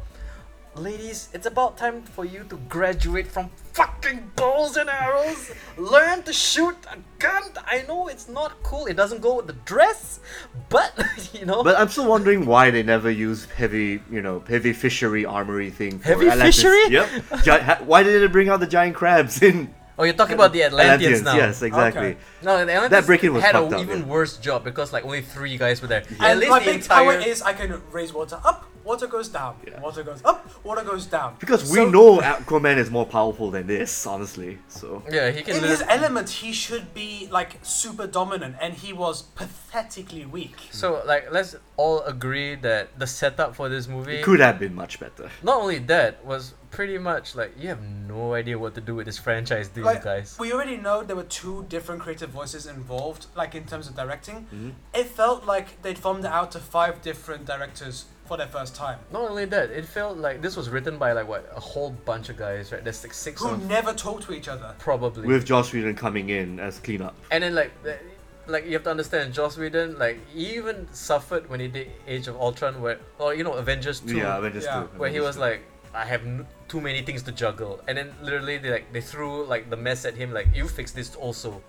Ladies, it's about time for you to graduate from fucking bows and arrows. Learn to shoot a gun. I know it's not cool. It doesn't go with the dress, but you know.
But I'm still wondering why they never use heavy, you know, heavy fishery armory thing. For
Heavy
Atlantis.
fishery?
Yep. Gi- ha- why did they bring out the giant crabs in
oh, you're talking about the Atlanteans,
Atlanteans?
now.
Yes, exactly.
Okay.
No, the Atlanteans
That break-in was
had an
fucked up,
even
yeah.
worse job because like only three guys were there. At
And
least
my
the
big
entire
power is I can raise water up, water goes down, water goes up, water goes down.
Because we
So,
know Aquaman is more powerful than this, honestly. So
yeah, he can
in
lose.
his element he should be like super dominant, and he was pathetically weak.
So like, let's all agree that the setup for this movie,
could have been much better.
not only that, was pretty much like you have no idea what to do with this franchise, do you
Like,
guys?
we already know there were two different creative voices involved, like in terms of directing.
Mm-hmm.
It felt like they'd thumbed it out to five different directors for their first time,
Not only that, it felt like this was written by like what a whole bunch of guys, right? There's like six
who
of them,
never talked to each other.
probably.
With Josh Whedon coming in as cleanup.
And then like, the- like you have to understand, Joss Whedon like he even suffered when he did Age of Ultron, where or you know Avengers two,
Yeah, Avengers
Yeah.
two.
where he
Avengers
was
two.
like, I have n- too many things to juggle, and then literally they like they threw like the mess at him, like you fix this also.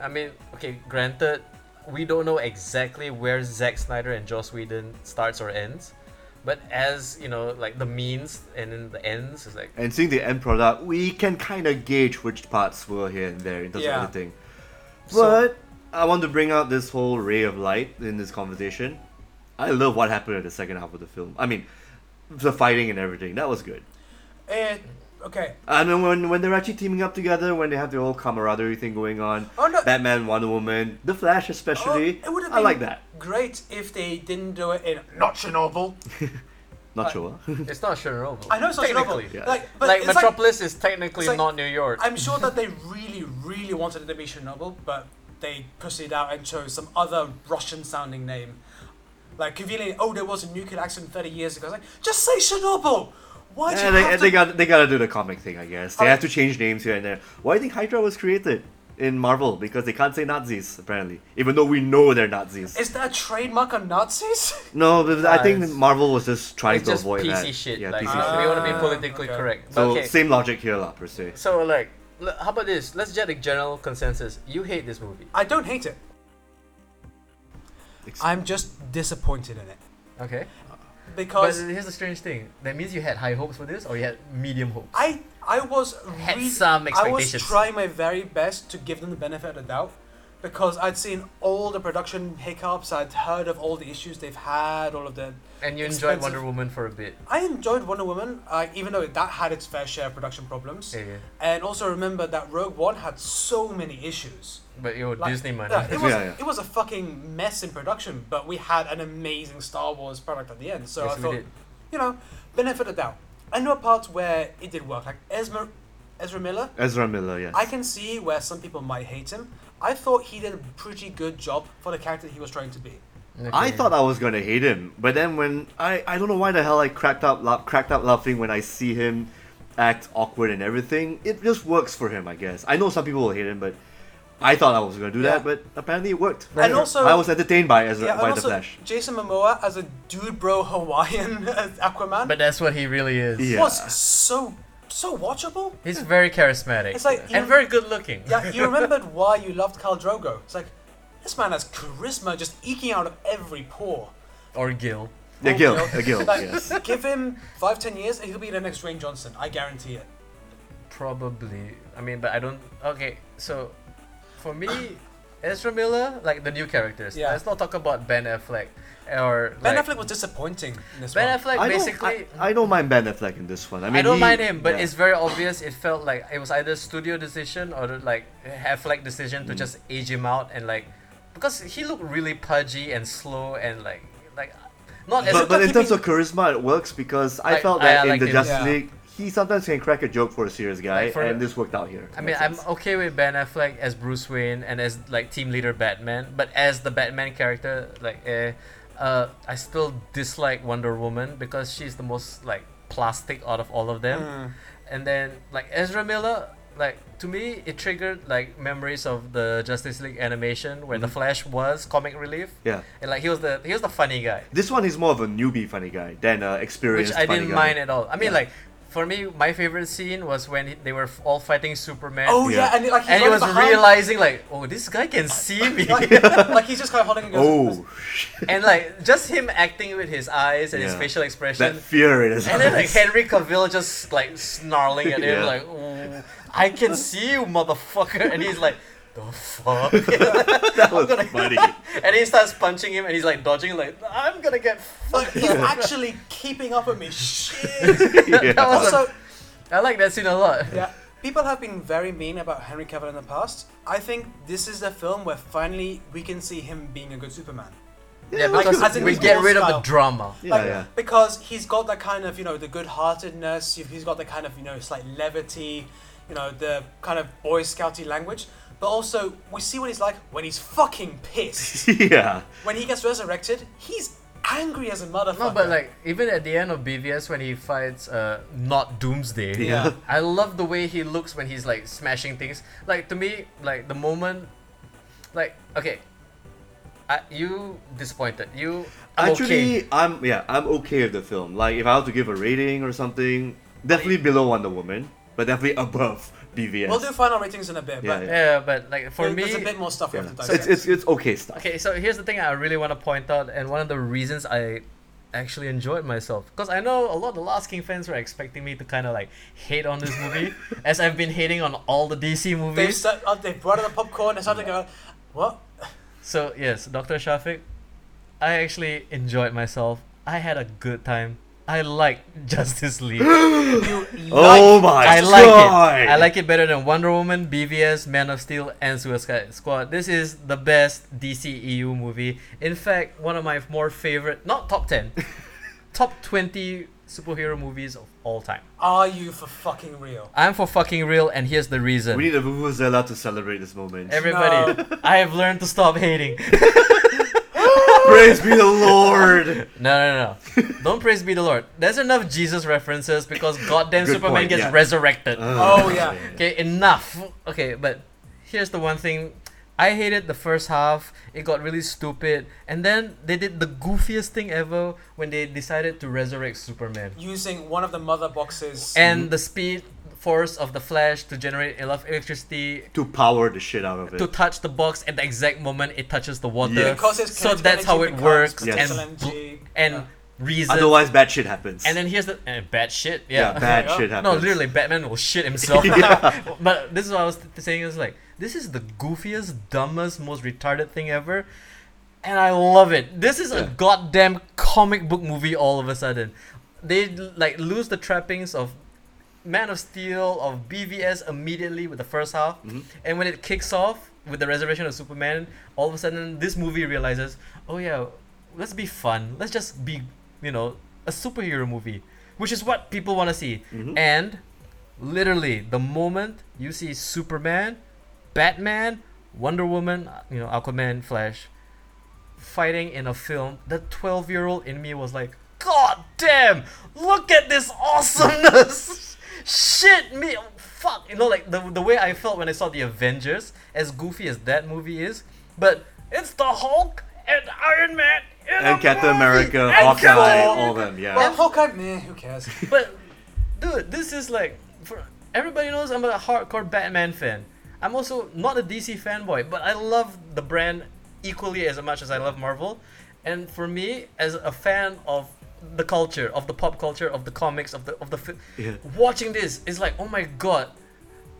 I mean, okay, granted, we don't know exactly where Zack Snyder and Joss Whedon starts or ends, but as you know, like the means and then the ends is like
and seeing the end product, we can kind of gauge which parts were here and there in terms
Yeah.
of editing.
So-
But I want to bring out this whole ray of light in this conversation. I love what happened in the second half of the film. I mean, the fighting and everything that was good.
Eh, okay,
And then when when they're actually teaming up together, when they have the whole camaraderie thing going on,
Oh, no.
Batman, Wonder Woman, The Flash especially,
Oh, it would have
I
been
like that.
Great if they didn't do it in not Chernobyl.
Not
I-
sure.
it's not Chernobyl.
I know it's not
technically.
Chernobyl.
Yeah.
Like, but
Like
it's
Metropolis is technically
it's like-
not New York.
Like, I'm sure that they really, really wanted it to be Chernobyl, but they pussied out and chose some other Russian-sounding name. Like conveniently, oh, there was a nuclear accident 30 years ago. It's like, just say Chernobyl. Why do
Yeah,
you
they,
have to? Oh,
they got they gotta do the comic thing, I guess. They
I-
have to change names here and there. Why do you think Hydra was created in Marvel? Because they can't say Nazis apparently, even though we know they're Nazis.
Is that a trademark on Nazis?
no, but I think
Nice.
Marvel was just trying
it's
to
just
avoid
PC
that.
shit.
Yeah,
like,
PC
Ah.
shit.
we want to be politically
Okay.
correct.
So
okay.
same logic here, lah, per se.
So like, l- how about this? Let's get the general consensus. You hate this movie.
I don't hate it.
Ex-
I'm just disappointed in it
Okay. But
because
here's the strange thing. That means you had high hopes for this, or you had medium hopes.
I I was
Had
really-
some
I was
expectations.
trying my very best to give them the benefit of the doubt because I'd seen all the production hiccups. I'd heard of all the issues they've had, all of the.
and you enjoyed
expensive-
Wonder Woman for a bit.
I enjoyed Wonder Woman, uh, even though that had its fair share of production problems.
Yeah, yeah.
And also remember that Rogue One had so many issues.
But yo,
Like,
Disney money.
yeah, it was
Yeah, yeah.
it was a fucking mess in production, but we had an amazing Star Wars product at the end. So
Yes,
I
we
thought,
did.
you know, benefit of doubt. I know parts where it did work, like Esmer. Ezra Miller.
Ezra Miller, yes.
I can see where some people might hate him. I thought he did a pretty good job for the character he was trying to be.
I thought I was gonna hate him, but then when I I don't know why the hell I cracked up la- cracked up laughing when I see him act awkward and everything. It just works for him, I guess. I know some people will hate him, but I thought I was gonna do
Yeah.
that, but apparently it worked.
And also-
I was entertained by Ezra
Yeah, and
by the
also
Flash.
Jason Momoa as a dude bro Hawaiian as Aquaman
But that's what he really is.
Yeah.
was so so watchable.
He's very charismatic.
It's like you-
and very good looking.
Yeah, you remembered why you loved Khal Drogo. It's like this man has charisma just eking out of every pore.
Or Gil.
The Gil,
Gil.
the Gil,
Like,
yes.
give him five, ten years, and he'll be the next Dwayne Johnson. I guarantee it.
Probably. I mean, but I don't. Okay, so for me, Ezra Miller, like the new characters.
Yeah.
Let's not talk about Ben Affleck or
Ben
like,
Affleck was disappointing in this
Ben
one.
Affleck
I don't,
basically.
I, I don't mind Ben Affleck in this one. I mean,
I don't
he-
mind him, but
yeah.
it's very obvious. It felt like it was either studio decision or like Affleck decision
Mm.
to just age him out and like because he looked really pudgy and slow and like like not as
but, but in
he
terms
be-
of charisma, it works because I
Like,
felt
I- I
that in
like
the
him.
Justice
Yeah.
League, he sometimes can crack a joke for a serious guy,
Like, for-
and this worked out here.
I
in
mean,
that
I'm
sense.
okay with Ben Affleck as Bruce Wayne and as like team leader Batman, but as the Batman character, like, eh, uh, I still dislike Wonder Woman because she's the most like plastic out of all of them.
Mm.
And then like Ezra Miller, like to me, it triggered like memories of the Justice League animation where the Flash was comic relief,
Mm-hmm. Yeah.
and like he was the he was the funny guy,
This one is more of a newbie funny guy than an experienced
which I
funny
didn't
guy.
mind at all. I mean,
Yeah.
like for me, my favorite scene was when he- they were f- all fighting Superman
Oh yeah,
Yeah.
and like he's
and he
running
was
behind-
realizing like, oh, this guy can see me,
like, like he's just kind of holding and goes,
Oh,
and like just him acting with his eyes and his
Yeah.
facial expression,
that fear in his
and then like
eyes.
Henry Cavill just like snarling at him
Yeah.
like, oh, I can see you, motherfucker, and he's like. The fuck?
that was funny.
and he starts punching him, and he's like dodging, like I'm gonna get
Like
fucked.
he's actually keeping up with me. Shit.
Yeah.
That was
also,
I like that scene a lot.
yeah, people have been very mean about Henry Cavill in the past. I think this is the film where finally we can see him being a good Superman.
Yeah,
like,
because
as in
we
his
get
whole
rid of
style.
the drama.
yeah,
Like,
yeah.
Because he's got that kind of, you know, the good-heartedness. he- He's got the kind of, you know, slight levity. You know, the kind of boy scouty language. But also, we see what he's like when he's fucking pissed.
yeah.
when he gets resurrected, he's angry as a motherfucker.
No, but like even at the end of BVS when he fights uh not Doomsday,
Yeah.
I love the way he looks when he's like smashing things. Like to me, like the moment, like okay, I, you disappointed. You I'm
Actually,
okay.
I'm yeah, I'm okay with the film. Like, if I had to give a rating or something, definitely below Wonder Woman, but definitely above BVS.
we'll do final ratings in a bit.
Yeah,
but
yeah.
yeah, but like for
there-
me,
there's a bit more stuff we
yeah.
have to
It's,
dissect.
it's it's okay stuff.
Okay, so here's the thing I really want to point out, and one of the reasons I actually enjoyed myself because I know a lot of the Last King fans were expecting me to kind of like hate on this movie, as I've been hating on all the DC
they've,
movies.
set, uh, they've brought out the popcorn and started going, what?
So yes, Dr. Shafiq, I actually enjoyed myself. I had a good time. I like Justice League.
You
Oh
like-
my
I like
god!
it. I like it better than Wonder Woman, BVS, Man of Steel, and Suicide Squad. This is the best DCEU movie. In fact, one of my more favorite, not top 10, top 20 superhero movies of all time.
Are you for fucking real?
I'm for fucking real, and here's the reason.
We need a Vuvuzela to celebrate this moment.
Everybody, I have learned to stop hating.
Praise be the Lord.
No, no, no. Don't praise be the Lord. There's enough Jesus references because goddamn
Good
Superman
point,
gets
yeah. Uh,
resurrected.
Oh, yeah.
Okay, enough. Okay, but here's the one thing. I hated the first half. It got really stupid. And then they did the goofiest thing ever when they decided to resurrect Superman.
Using one of the mother boxes.
And the speed force of the Flash to generate enough electricity
To power the shit out of it.
to touch the box at the exact moment it touches the water.
Yeah.
Because it's
So that's how it
becomes
works.
potential
And,
energy.
and
Yeah.
reason.
Otherwise, bad shit happens.
and then here's the and bad shit.
yeah, bad
Yeah.
shit
No,
happens.
literally, Batman will shit himself.
Yeah.
but this is what I was t- saying is like, this is the goofiest, dumbest, most retarded thing ever, and I love it. This is a
Yeah.
goddamn comic book movie. All of a sudden, they like lose the trappings of Man of Steel of BVS immediately with the first half, and when it kicks off with the resurrection of Superman, all of a sudden this movie realizes, oh yeah, let's be fun. Let's just be, you know, a superhero movie, which is what people want to see. And literally the moment you see Superman, Batman, Wonder Woman, uh, you know, Aquaman, Flash fighting in a film, the 12 year old in me was like, God damn, look at this awesomeness! Shit, me, fuck, you know, like the, the way I felt when I saw The Avengers, as goofy as that movie is, but it's the Hulk and Iron Man in a
and Captain
movie!
America,
And
Hawkeye,
Captain
all them,
Well,
yeah.
Hawkeye, meh, who cares?
but dude, this is like for everybody knows I'm a hardcore Batman fan. I'm also not a DC fanboy, but I love the brand equally as much as I love Marvel. And for me, as a fan of the culture, of the pop culture, of the comics, of the of the fi-
Yeah.
watching this is like, oh my god.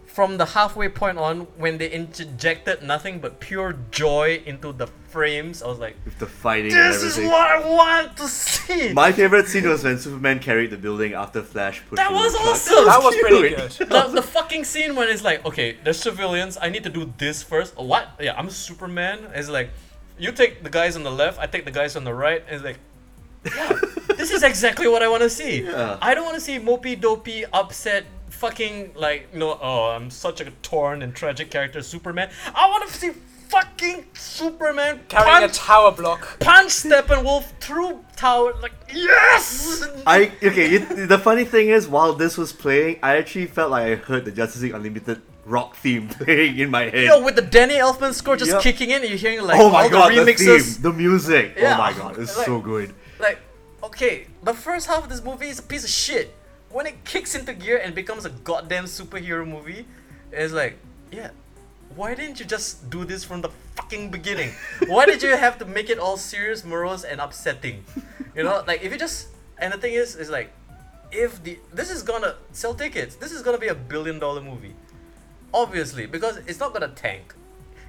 From the halfway point on, when they interjected nothing but pure joy into the frames, I was like,
With the fighting and
"This is
everything.
what I want to see."
My favorite scene was when Superman carried the building after Flash pushed
That
him
was
with a truck.
awesome.
That was pretty
Cute.
good.
the, the fucking scene when it's like, okay, there's civilians. I need to do this first. What? Yeah, I'm Superman. It's like, you take the guys on the left. I take the guys on the right. And it's like, yeah, this is exactly what I want to see.
Yeah.
I don't want to see mopey, dopey, upset, fucking like, you know, oh, I'm such a torn and tragic character, Superman. I want to see fucking Superman
Carrying a
punch,
tower block.
punch Steppenwolf through tower. Like, yes.
I okay. You, the funny thing is, while this was playing, I actually felt like I heard the Justice League Unlimited rock theme playing in my head.
Yo, with the Danny Elfman score just
Yep.
kicking in, and you're hearing like
oh my
all
god,
the
the,
remixes.
theme, the music.
Yeah.
Oh my god, it's
Like-
so good.
Like, okay, the first half of this movie is a piece of shit. When it kicks into gear and becomes a goddamn superhero movie, it's like, yeah, why didn't you just do this from the fucking beginning? why did you have to make it all serious, morose, and upsetting? You know, like if you just and the thing is, is like, if the this is gonna sell tickets, this is gonna be a billion dollar movie, obviously, because it's not gonna tank.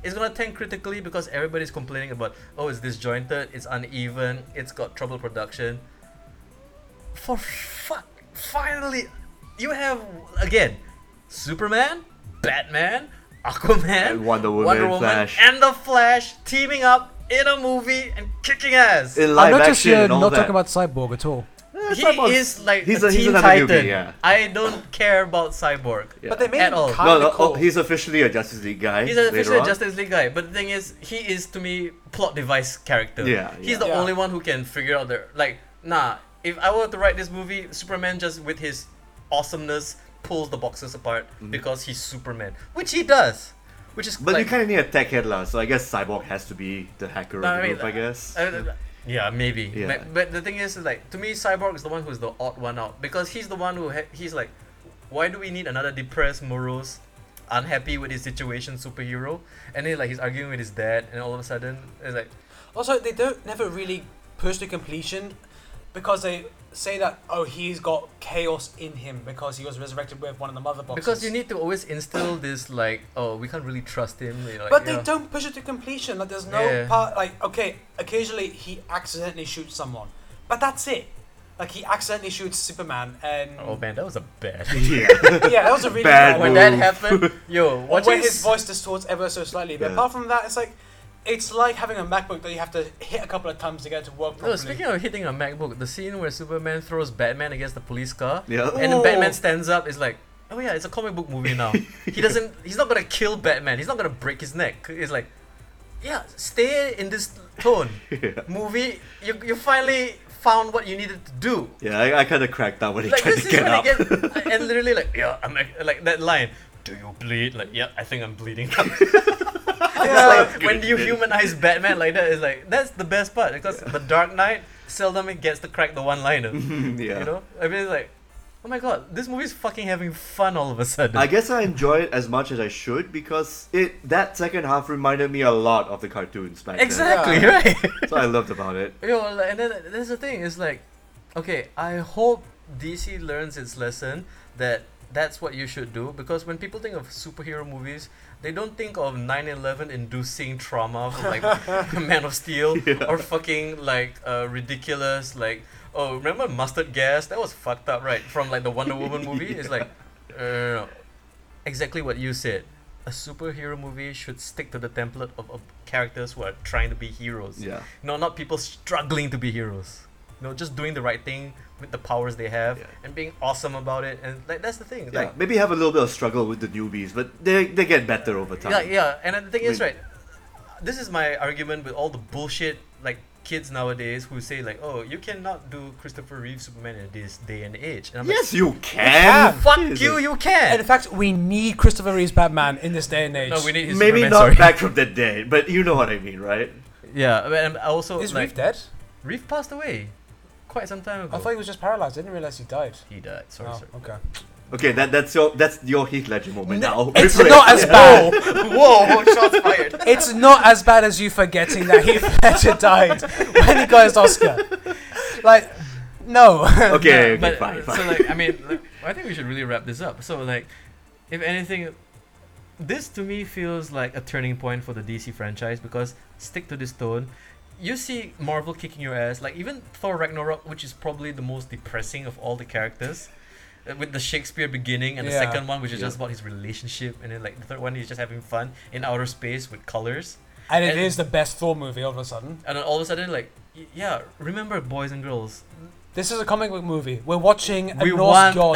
It's gonna tank critically because everybody's complaining about oh it's disjointed, it's uneven, it's got trouble production. For fuck, finally, you have again, Superman, Batman, Aquaman,
And Wonder Woman, Flash.
and the Flash teaming up in a movie and kicking ass.
In
I
live
noticed
action
you're
and all
not
that.
talking about Cyborg at all.
Eh,
he
Cyborg's-
is like
he's
a,
he's
Teen
another
Titan.
newbie, yeah.
I don't care about Cyborg.
Yeah.
But they made
At
him
all.
kind
No,
of
no, oh,
cool.
he's officially a Justice League guy.
He's an
later
official
on.
Justice League guy, but the thing is, he is to me plot device character.
Yeah, yeah.
He's the
Yeah.
only one who can figure out the like. Nah, if I were to write this movie, Superman just with his awesomeness pulls the boxes apart because he's Superman, which he does, which is.
Mm-hmm. But
like,
you kind of need a tech head lah, so I guess Cyborg has to be the hacker of
No,
the
I mean,
group, I guess.
Uh, yeah, maybe.
Yeah.
But, but the thing is, like, to me, Cyborg is the one who's the odd one out because he's the one who ha- he's like, why do we need another depressed, morose, unhappy with his situation superhero? And then like he's arguing with his dad, and all of a sudden it's like,
Also, they don't never really push to completion because they say that oh he's got chaos in him because he was resurrected with one of the mother boxes.
because you need to always instill this like, oh, we can't really trust him. you know, like,
But they
yeah.
don't push it to completion. Like there's no
Yeah.
part. Like okay, occasionally he accidentally shoots someone, but that's it. Like he accidentally shoots Superman, and
Oh man, that was a bad.
yeah.
yeah, that was a really
Bad
bad.
when
move.
that happened, yo,
Or
watching
where his
s-
voice distorts ever so slightly. But
Yeah.
apart from that, it's like it's like having a MacBook that you have to hit a couple of times to get it to work properly.
No, speaking of hitting a MacBook, the scene where Superman throws Batman against the police car,
Yeah.
and then Batman
Oh.
stands up is like, oh yeah, it's a comic book movie now. he doesn't, he's not gonna kill Batman. He's not gonna break his neck. It's like, yeah, stay in this tone.
Yeah.
Movie, you you finally found what you needed to do.
Yeah, I, I kind of cracked down when he
Like
tried
this
to
is
get
when
up.
I get, and literally like, yeah, I'm ac- like that line. Do you bleed? Like, yeah, I think I'm bleeding.
Yeah.
It's like when
good,
you
good.
humanize Batman like that, it's like that's the best part because the Dark Knight seldom it gets to crack the one liner.
yeah.
You know? I mean it's like, oh my god, this movie's fucking having fun all of a sudden.
I guess I enjoy it as much as I should because it that second half reminded me a lot of the cartoons back
exactly,
Yeah.
right?
then. So I loved about it.
Yo, like, and then that's the thing. It's like, okay, I hope DC learns its lesson that that's what you should do because when people think of superhero movies, they don't think of 9/11 inducing trauma from like Man of Steel or fucking like uh, ridiculous like oh remember mustard gas that was fucked up right from like the Wonder Woman movie. It's like, uh, no, no, no. exactly what you said. A superhero movie should stick to the template of, of characters who are trying to be heroes.
Yeah.
No, not people struggling to be heroes. you know, just doing the right thing with the powers they have
Yeah.
and being awesome about it. And like that's the thing.
Yeah,
Like,
maybe have a little bit of struggle with the newbies, but they they get better over time.
Yeah, yeah. And then the thing is,
Wait.
right? This is my argument with all the bullshit like kids nowadays who say like, "Oh, you cannot do Christopher Reeve Superman in this day and age." And I'm
Yes, you
like,
can.
"Fuck
Jesus.
you, you can."
And in fact, we need Christopher Reeve's Batman in this day and age.
no, we need his
Maybe
Superman,
not
sorry.
back from the dead, but you know what I mean, right?
Yeah, but I'm- I also
Is
like,
Reeve dead?
Reeve passed away quite some time ago.
I thought he was just paralyzed. I didn't realize he died.
he died. Sorry,
Oh,
sorry.
okay.
Okay, that that's your that's your Heath Ledger moment now.
It's
Replace.
not as bad.
Whoa! Shots fired.
It's not as bad as you forgetting that Heath Ledger died when he got his Oscar. Like, no.
Okay, okay,
but uh,
fine, fine.
so like I mean, like, I think we should really wrap this up. So like, if anything, this to me feels like a turning point for the DC franchise because stick to this tone. You see Marvel kicking your ass, like even Thor Ragnarok, which is probably the most depressing of all the characters, uh, with the Shakespeare beginning and the
Yeah.
second one, which is
Yeah.
just about his relationship, and then like the third one, he's just having fun in outer space with colors.
and it
And-
is the best Thor movie all of a sudden.
And then all of a sudden, like, y- yeah, remember boys and girls.
This is a comic book movie. We're watching a
we
Norse
want
god.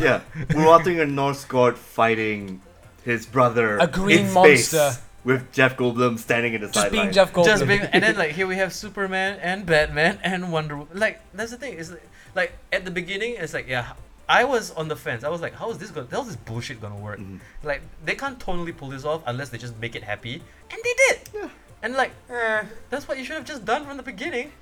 Yeah, we're watching a Norse god fighting his brother,
A green
in space
monster.
with Jeff Goldblum standing in the
Just being
sideline.
Jeff Goldblum.
Just being, and then like here we have Superman and Batman and Wonder. Wo- Like that's the thing is like, like at the beginning it's like yeah, I was on the fence. I was like, how is this gonna? How's this bullshit gonna work?
Mhm.
Like they can't totally pull this off unless they just make it happy, and they did. And like
Eh.
that's what you should have just done from the beginning.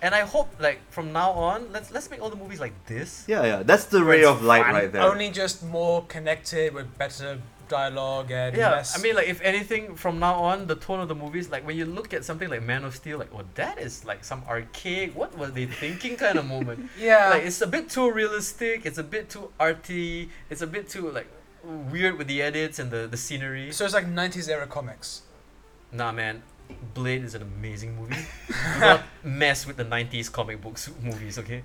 And I hope like from now on let's let's make all the movies like this.
Yeah, yeah, that's the
Where
ray
it's
of light
fun
right there.
Only just more connected with better dialogue and
Yeah,
less.
I mean, like, if anything, from now on, the tone of the movies, like, when you look at something like Man of Steel, like, well, that is like some archaic, what were they thinking kind of moment.
yeah.
Like, it's a bit too realistic, it's a bit too arty, it's a bit too, like, weird with the edits and the, the scenery.
so it's like 90s era comics.
Nah, man, Blade is an amazing movie. Do not mess with the 90s comic books movies, okay?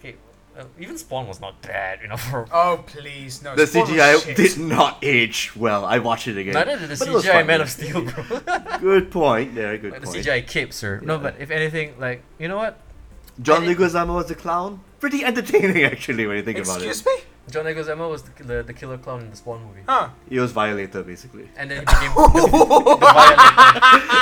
Okay, uh, even Spawn was not bad, you know, for.
Oh, please. No.
the
it's full of
CGI
shit.
did not age well. I watched it again.
Neither did the
But it was
CGI
fun.
Man of Steel, bro.
Good point. There, good
Like, the
point.
CGI cape, sir. No,
Yeah.
but if anything, like, you know what?
John
I did-
Leguizamo as the clown. Pretty entertaining, actually, when you think about it.
Excuse me?
John Leguizamo was the, the, the killer clown in the Spawn movie.
Ah.
Huh.
He was violator, basically.
And then he became the violent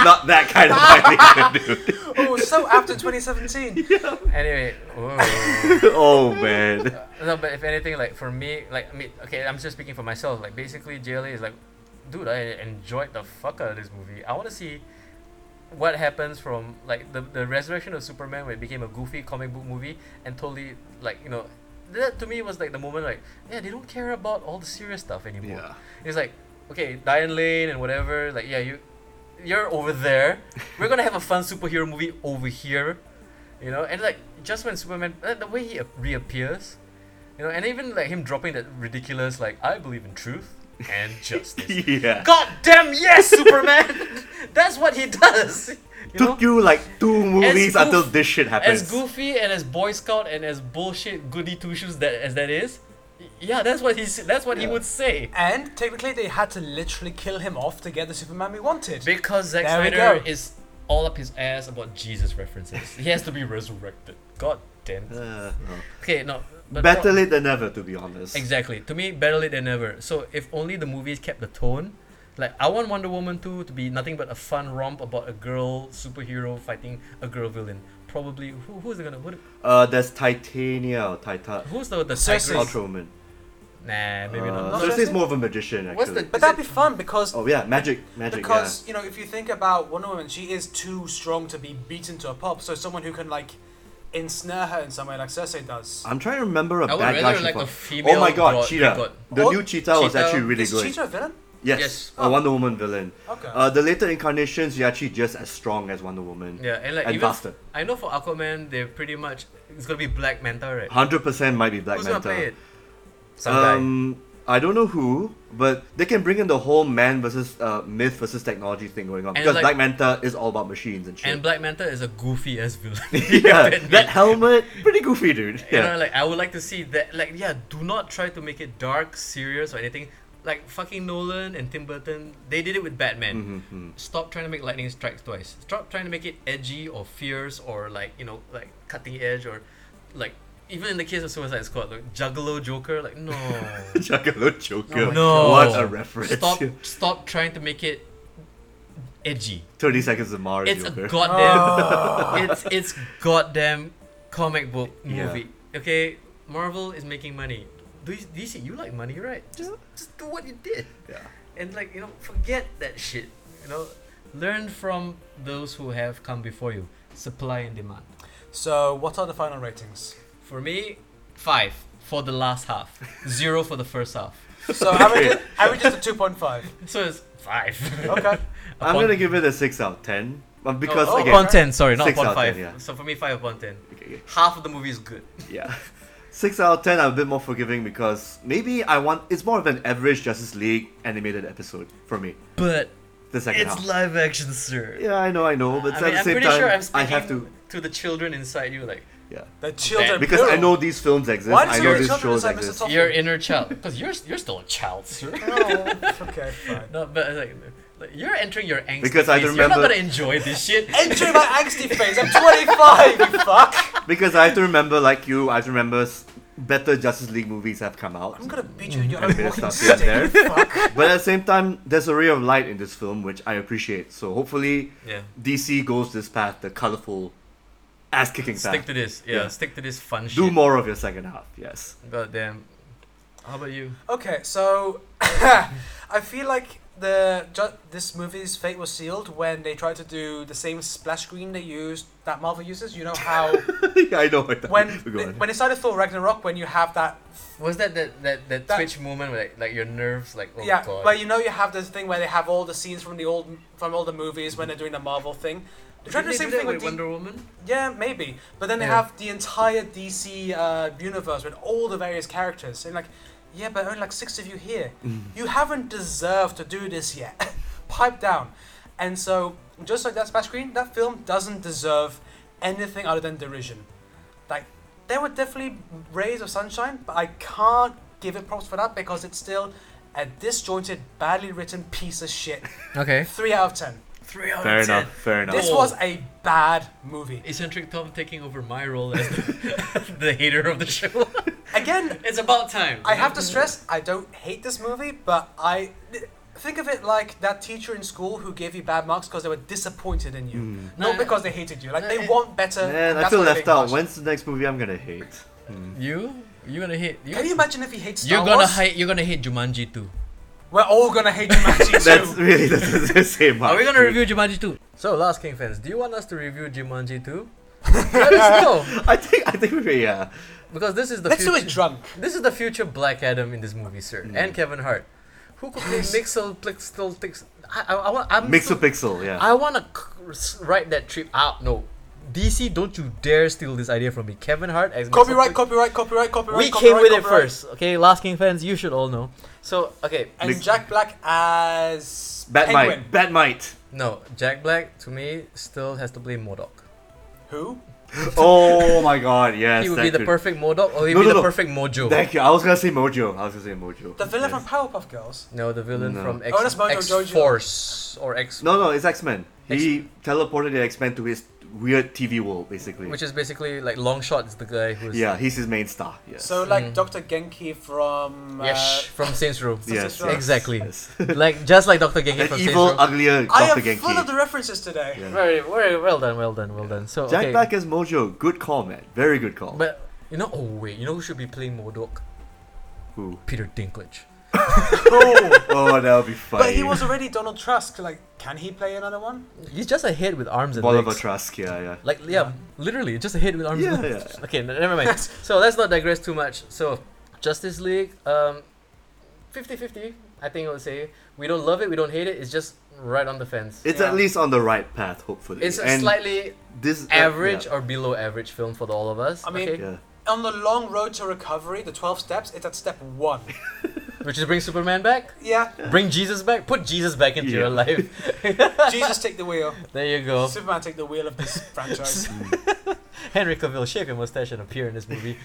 Not that kind of violator, dude.
Oh, so after 2017.
Anyway, whoa.
oh man.
no, but if anything, like for me, like I mean, okay, I'm just speaking for myself. Like basically, JLA is like, dude, I enjoyed the fuck out of this movie. I want to see what happens from like the, the resurrection of Superman, where it became a goofy comic book movie and totally like you know, that to me was like the moment like yeah, they don't care about all the serious stuff anymore.
Yeah.
It's like, okay, Diane Lane and whatever. Like, yeah, you, you're over there. We're gonna have a fun superhero movie over here, you know. And like, just when Superman, uh, the way he ap- reappears, you know, and even like him dropping that ridiculous like, I believe in truth and justice.
Yeah.
God damn yes, Superman! That's what he does. You know?
Took you like two movies
goof-
until this shit happens.
As goofy and as Boy Scout and as bullshit goody two shoes that as that is, y- yeah, that's what he's. That's what he
Yeah.
would say.
And technically, they had to literally kill him off to get the Superman we wanted.
Because Zack
There we
Snyder
go.
is all up his ass about Jesus references. he has to be resurrected. God damn. it.
Uh, no.
Okay, no. But
Better
no-
late than never, to be honest.
Exactly. To me, better late than never. So if only the movies kept the tone. Like I want Wonder Woman 2 to be nothing but a fun romp about a girl superhero fighting a girl villain. Probably who who's gonna who,
Uh, there's Titania, or Titan,
who's the the
Cersei.
tigress?
Ultraman.
Nah, maybe
Uh,
not.
No,
Cersei's more of a magician,
What's
actually.
the-
But that'd be fun because
Oh yeah, magic, magic.
because you know if you think about Wonder Woman, she is too strong to be beaten to a pulp. So someone who can like ensnare her in some way, like Cersei does.
yeah. I'm trying to remember a
I would
bad guy
rather
she
like a
fought.
female.
Oh my god,
god,
Cheetah. The
Oh,
new Cheetah, was
Cheetah.
actually really
is
good.
Cheetah a villain?
Yes,
Yes. Oh.
a Wonder Woman villain.
Okay.
Uh, the later incarnations, you're actually just as strong as Wonder Woman.
Yeah, and like
And
even
faster.
I know for Aquaman, they're pretty much it's gonna be Black Manta, right?
Hundred percent might be Black
Who's
Manta.
gonna play it? Some
Um, I don't know who, but they can bring in the whole man versus uh, myth versus technology thing going on
And
because
like-
Black Manta is all about machines and
guy. And
shit.
Black Manta is a goofy ass villain.
yeah,
Batman.
that helmet, pretty goofy, dude.
You
Yeah,
know, like I would like to see that. Like, yeah, do not try to make it dark, serious, or anything. like fucking Nolan and Tim Burton, they did it with Batman.
Mm-hmm.
Stop trying to make lightning strikes twice. Stop trying to make it edgy or fierce or like you know like cutting edge or like even in the case of Suicide Squad, like Juggalo Joker, like no,
Juggalo Joker.
Oh no.
What a reference.
Stop stop trying to make it edgy.
30 Seconds of Mars
It's
Joker.
a goddamn. it's it's goddamn comic book
Yeah.
movie. Okay, Marvel is making money. Do you, DC, you like money, right? Just just do what you did,
yeah.
and like you know, forget that shit. You know, learn from those who have come before you. Supply and demand.
So, what are the final ratings?
For me, five for the last half, zero for the first half.
So, average, average is a 2.5.
So it's five.
Okay.
I'm going to give it a 6 out of 10. But because,
oh,
again,
Upon ten, sorry, not
Six out
upon
of
five.
10, yeah.
So for me, five upon ten.
Okay, okay.
Half of the movie is good.
yeah. 6 out of 10, I'm a bit more forgiving because maybe I want. It's more of an average Justice League animated episode for me.
But
The second
it's
half.
live action, sir.
yeah, I know, I know. But
I
at
mean,
the
I'm
same
pretty
time,
sure I'm
I
speaking
have to.
to the children inside you, like
Yeah.
The children.
Because I
plural.
know these films exist.
Why does
I
it
know
have
these
children
shows
inside Mr.
exist.
Top?
your inner child, because you're you're still a child, sir.
Oh, okay, fine.
no, but it's like, like, you're entering your angst.
Because I
phase. You're not
remember-
gonna enjoy this shit.
Entering my angsty phase. I'm 25. You fuck.
Because I have to remember, like you, I have to remember s- better Justice League movies have come out.
I'm gonna beat you in your
And a
own
bit of
walking
stuff here and
stick.
there.
You fuck.
But at the same time, there's a ray of light in this film, which I appreciate. So hopefully,
yeah.
DC goes this path, the colorful, ass kicking
Stick
path.
to this. Yeah,
Yeah.
Stick to this fun
Do
shit.
more of your second half, yes.
God damn. How about you?
Okay, so I feel like the ju- this movie's fate was sealed when they tried to do the same splash screen they used that Marvel uses. You know how
I know what that
when
Go
they-
on.
when they started Thor Ragnarok, when you have that
Was that that that, that,
That-
twitch moment where like, like your nerves like oh
yeah,
god?
but you know you have this thing where they have all the scenes from the old from all the movies when they're doing the Marvel thing. They tried to
Didn't they do
do the same
that
thing with
with
D-
Wonder Woman.
yeah maybe, but then they
Yeah.
have the entire DC uh, universe with all the various characters and like yeah, but only like six of you here. You haven't deserved to do this yet. Pipe down. And so just like that splash screen, that film doesn't deserve anything other than derision. Like there were definitely rays of sunshine, but I can't give it props for that because it's still a disjointed, badly written piece of shit.
Okay.
Three out of ten.
Three out
Fair
of ten.
enough, fair enough.
This
Oh.
was a bad movie.
Eccentric Tom taking over my role as the, the hater of the show.
Again,
It's about time.
I have to stress, I don't hate this movie, but I think of it like that teacher in school who gave you bad marks because they were disappointed in you, not
No,
because they hated you. Like
no,
they
it-
want better.
Man,
and
Hmm. I
uh, that's
feel
why they're
left
being
out.
harsh.
When's the next movie I'm gonna hate?
You? You gonna hate? You?
Can you imagine if he hates Star
you're gonna
Wars?
hate. You're gonna hate Jumanji too.
We're all gonna hate Jumanji
That's
too.
really that's the same.
Are we gonna
actually.
review Jumanji too? So, Last King fans, do you want us to review Jumanji too? Let us know
I think I think we uh, yeah.
because this is the
Let's do
future.
it drunk.
This is the future Black Adam in this movie, sir, and Kevin Hart, who could play Mixel Plixel Tix. I, I, I want. I'm so-
Mixopixel, yeah.
I want to write that trip out. No, DC, don't you dare steal this idea from me. Kevin Hart as Mixel
Copyright,
Plix-
copyright, copyright, copyright.
we
copyright,
came with it
copyright.
first, okay? Last King fans, you should all know. So, okay,
And
Mix-
Jack Black as Penguin.
Batmite, Batmite.
no, Jack Black to me still has to play Modoc.
Who?
Oh my god, yes.
he would
that
be the
could-
perfect Modoc, or he'd
No,
be
no,
the
no.
perfect Mojo.
Thank you. I was gonna say Mojo. I was gonna say Mojo.
The villain
Yes.
from Powerpuff Girls.
no, the villain
No.
from
Oh, that's
X,
Mojo
X
Jojo.
Force or X,
No, no, it's X Men. He teleported the X Men to his weird TV world, basically.
which is basically like Longshot is the guy who's
yeah, he's his main star. Yes.
So like
Hmm.
Dr. Genki from. Uh,
Yesh, from Saints Row.
yes,
Sister-
exactly.
Yes.
like just like Doctor Genki
An
from
evil,
Saints Row.
uglier
I
Doctor
am full of
Genki.
the references today.
Yeah.
Very, very well done, well done, well done. So
Jack
okay,
Black as Mojo. Good call, man. Very good call.
but you know, oh wait, you know who should be playing Modoc?
Who?
Peter Dinklage.
Cool.
Oh, that would be funny.
But he was already Donald Trump. Like, can he play another one?
He's just a head with arms and
Bolivar
legs.
Trask. Yeah, yeah.
Like yeah, literally just a hit with arms.
Yeah,
length. Okay, n- never mind. so let's not digress too much. So Justice League, um, 50-50, I think I would say we don't love it, we don't hate it. It's just right on the fence.
It's
Yeah.
at least on the right path, hopefully.
It's a
And
slightly
this uh,
average
yeah,
or below average film for the, all of us.
I mean-
okay?
yeah.
On the long road to recovery, the 12 steps, it's at step one.
which is bring Superman back,
Yeah,
bring Jesus back, put Jesus back into
Yeah.
your life.
Jesus, take the wheel.
There you go.
Superman, take the wheel of this franchise.
Henry Cavill shave your mustache and appear in this movie.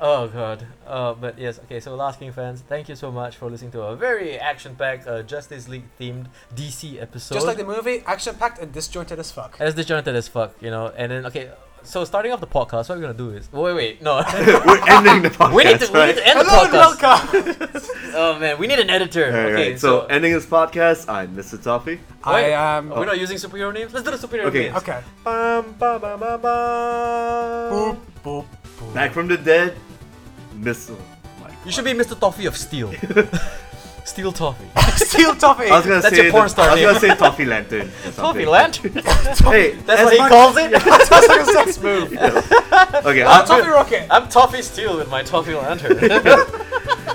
Oh god. Uh, but yes, okay. So Last King fans, thank you so much for listening to a very action-packed uh, Justice League themed DC episode.
Just like the movie, action packed and disjointed as fuck.
as disjointed as fuck, you know. And then okay, so starting off the podcast, what we're gonna do is wait, wait, no.
We're ending the podcast.
We need to, we need to
right?
end the
Hello and
podcast.
welcome.
Oh man, we need an editor.
All right,
okay,
so,
so
ending this podcast, I'm Mr. Toffee.
I
Wait.
am.
we're not using superhero names. Let's do the superhero
Okay.
names.
Okay.
Bum, ba, ba, ba, ba.
Boop, boop, boop.
Back from the dead, Missile. Mike.
You should be Mr. Toffee of Steel. Steel Toffee.
Steel Toffee.
I was gonna
That's
say
your porn
the-
star
I was gonna
name.
say Toffee Lantern. or
Toffee
something.
Lantern?
Hey,
That's
as
what he
much-
calls it?
That sounds like a sex move.
Okay,
Uh,
I'm-
Toffee Rocket.
I'm Toffee Steel with my Toffee Lantern.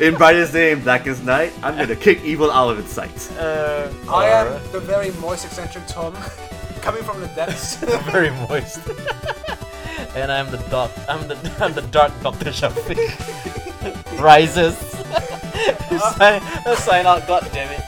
in brightest day and blackest night, I'm gonna kick evil out of its sight.
Uh,
I
alright.
am the very moist eccentric Tom, coming from the depths.
Uh, very moist. and I'm the doc. I'm the I'm the dark Doctor Shafiq. Rises. sign, sign out. God damn it.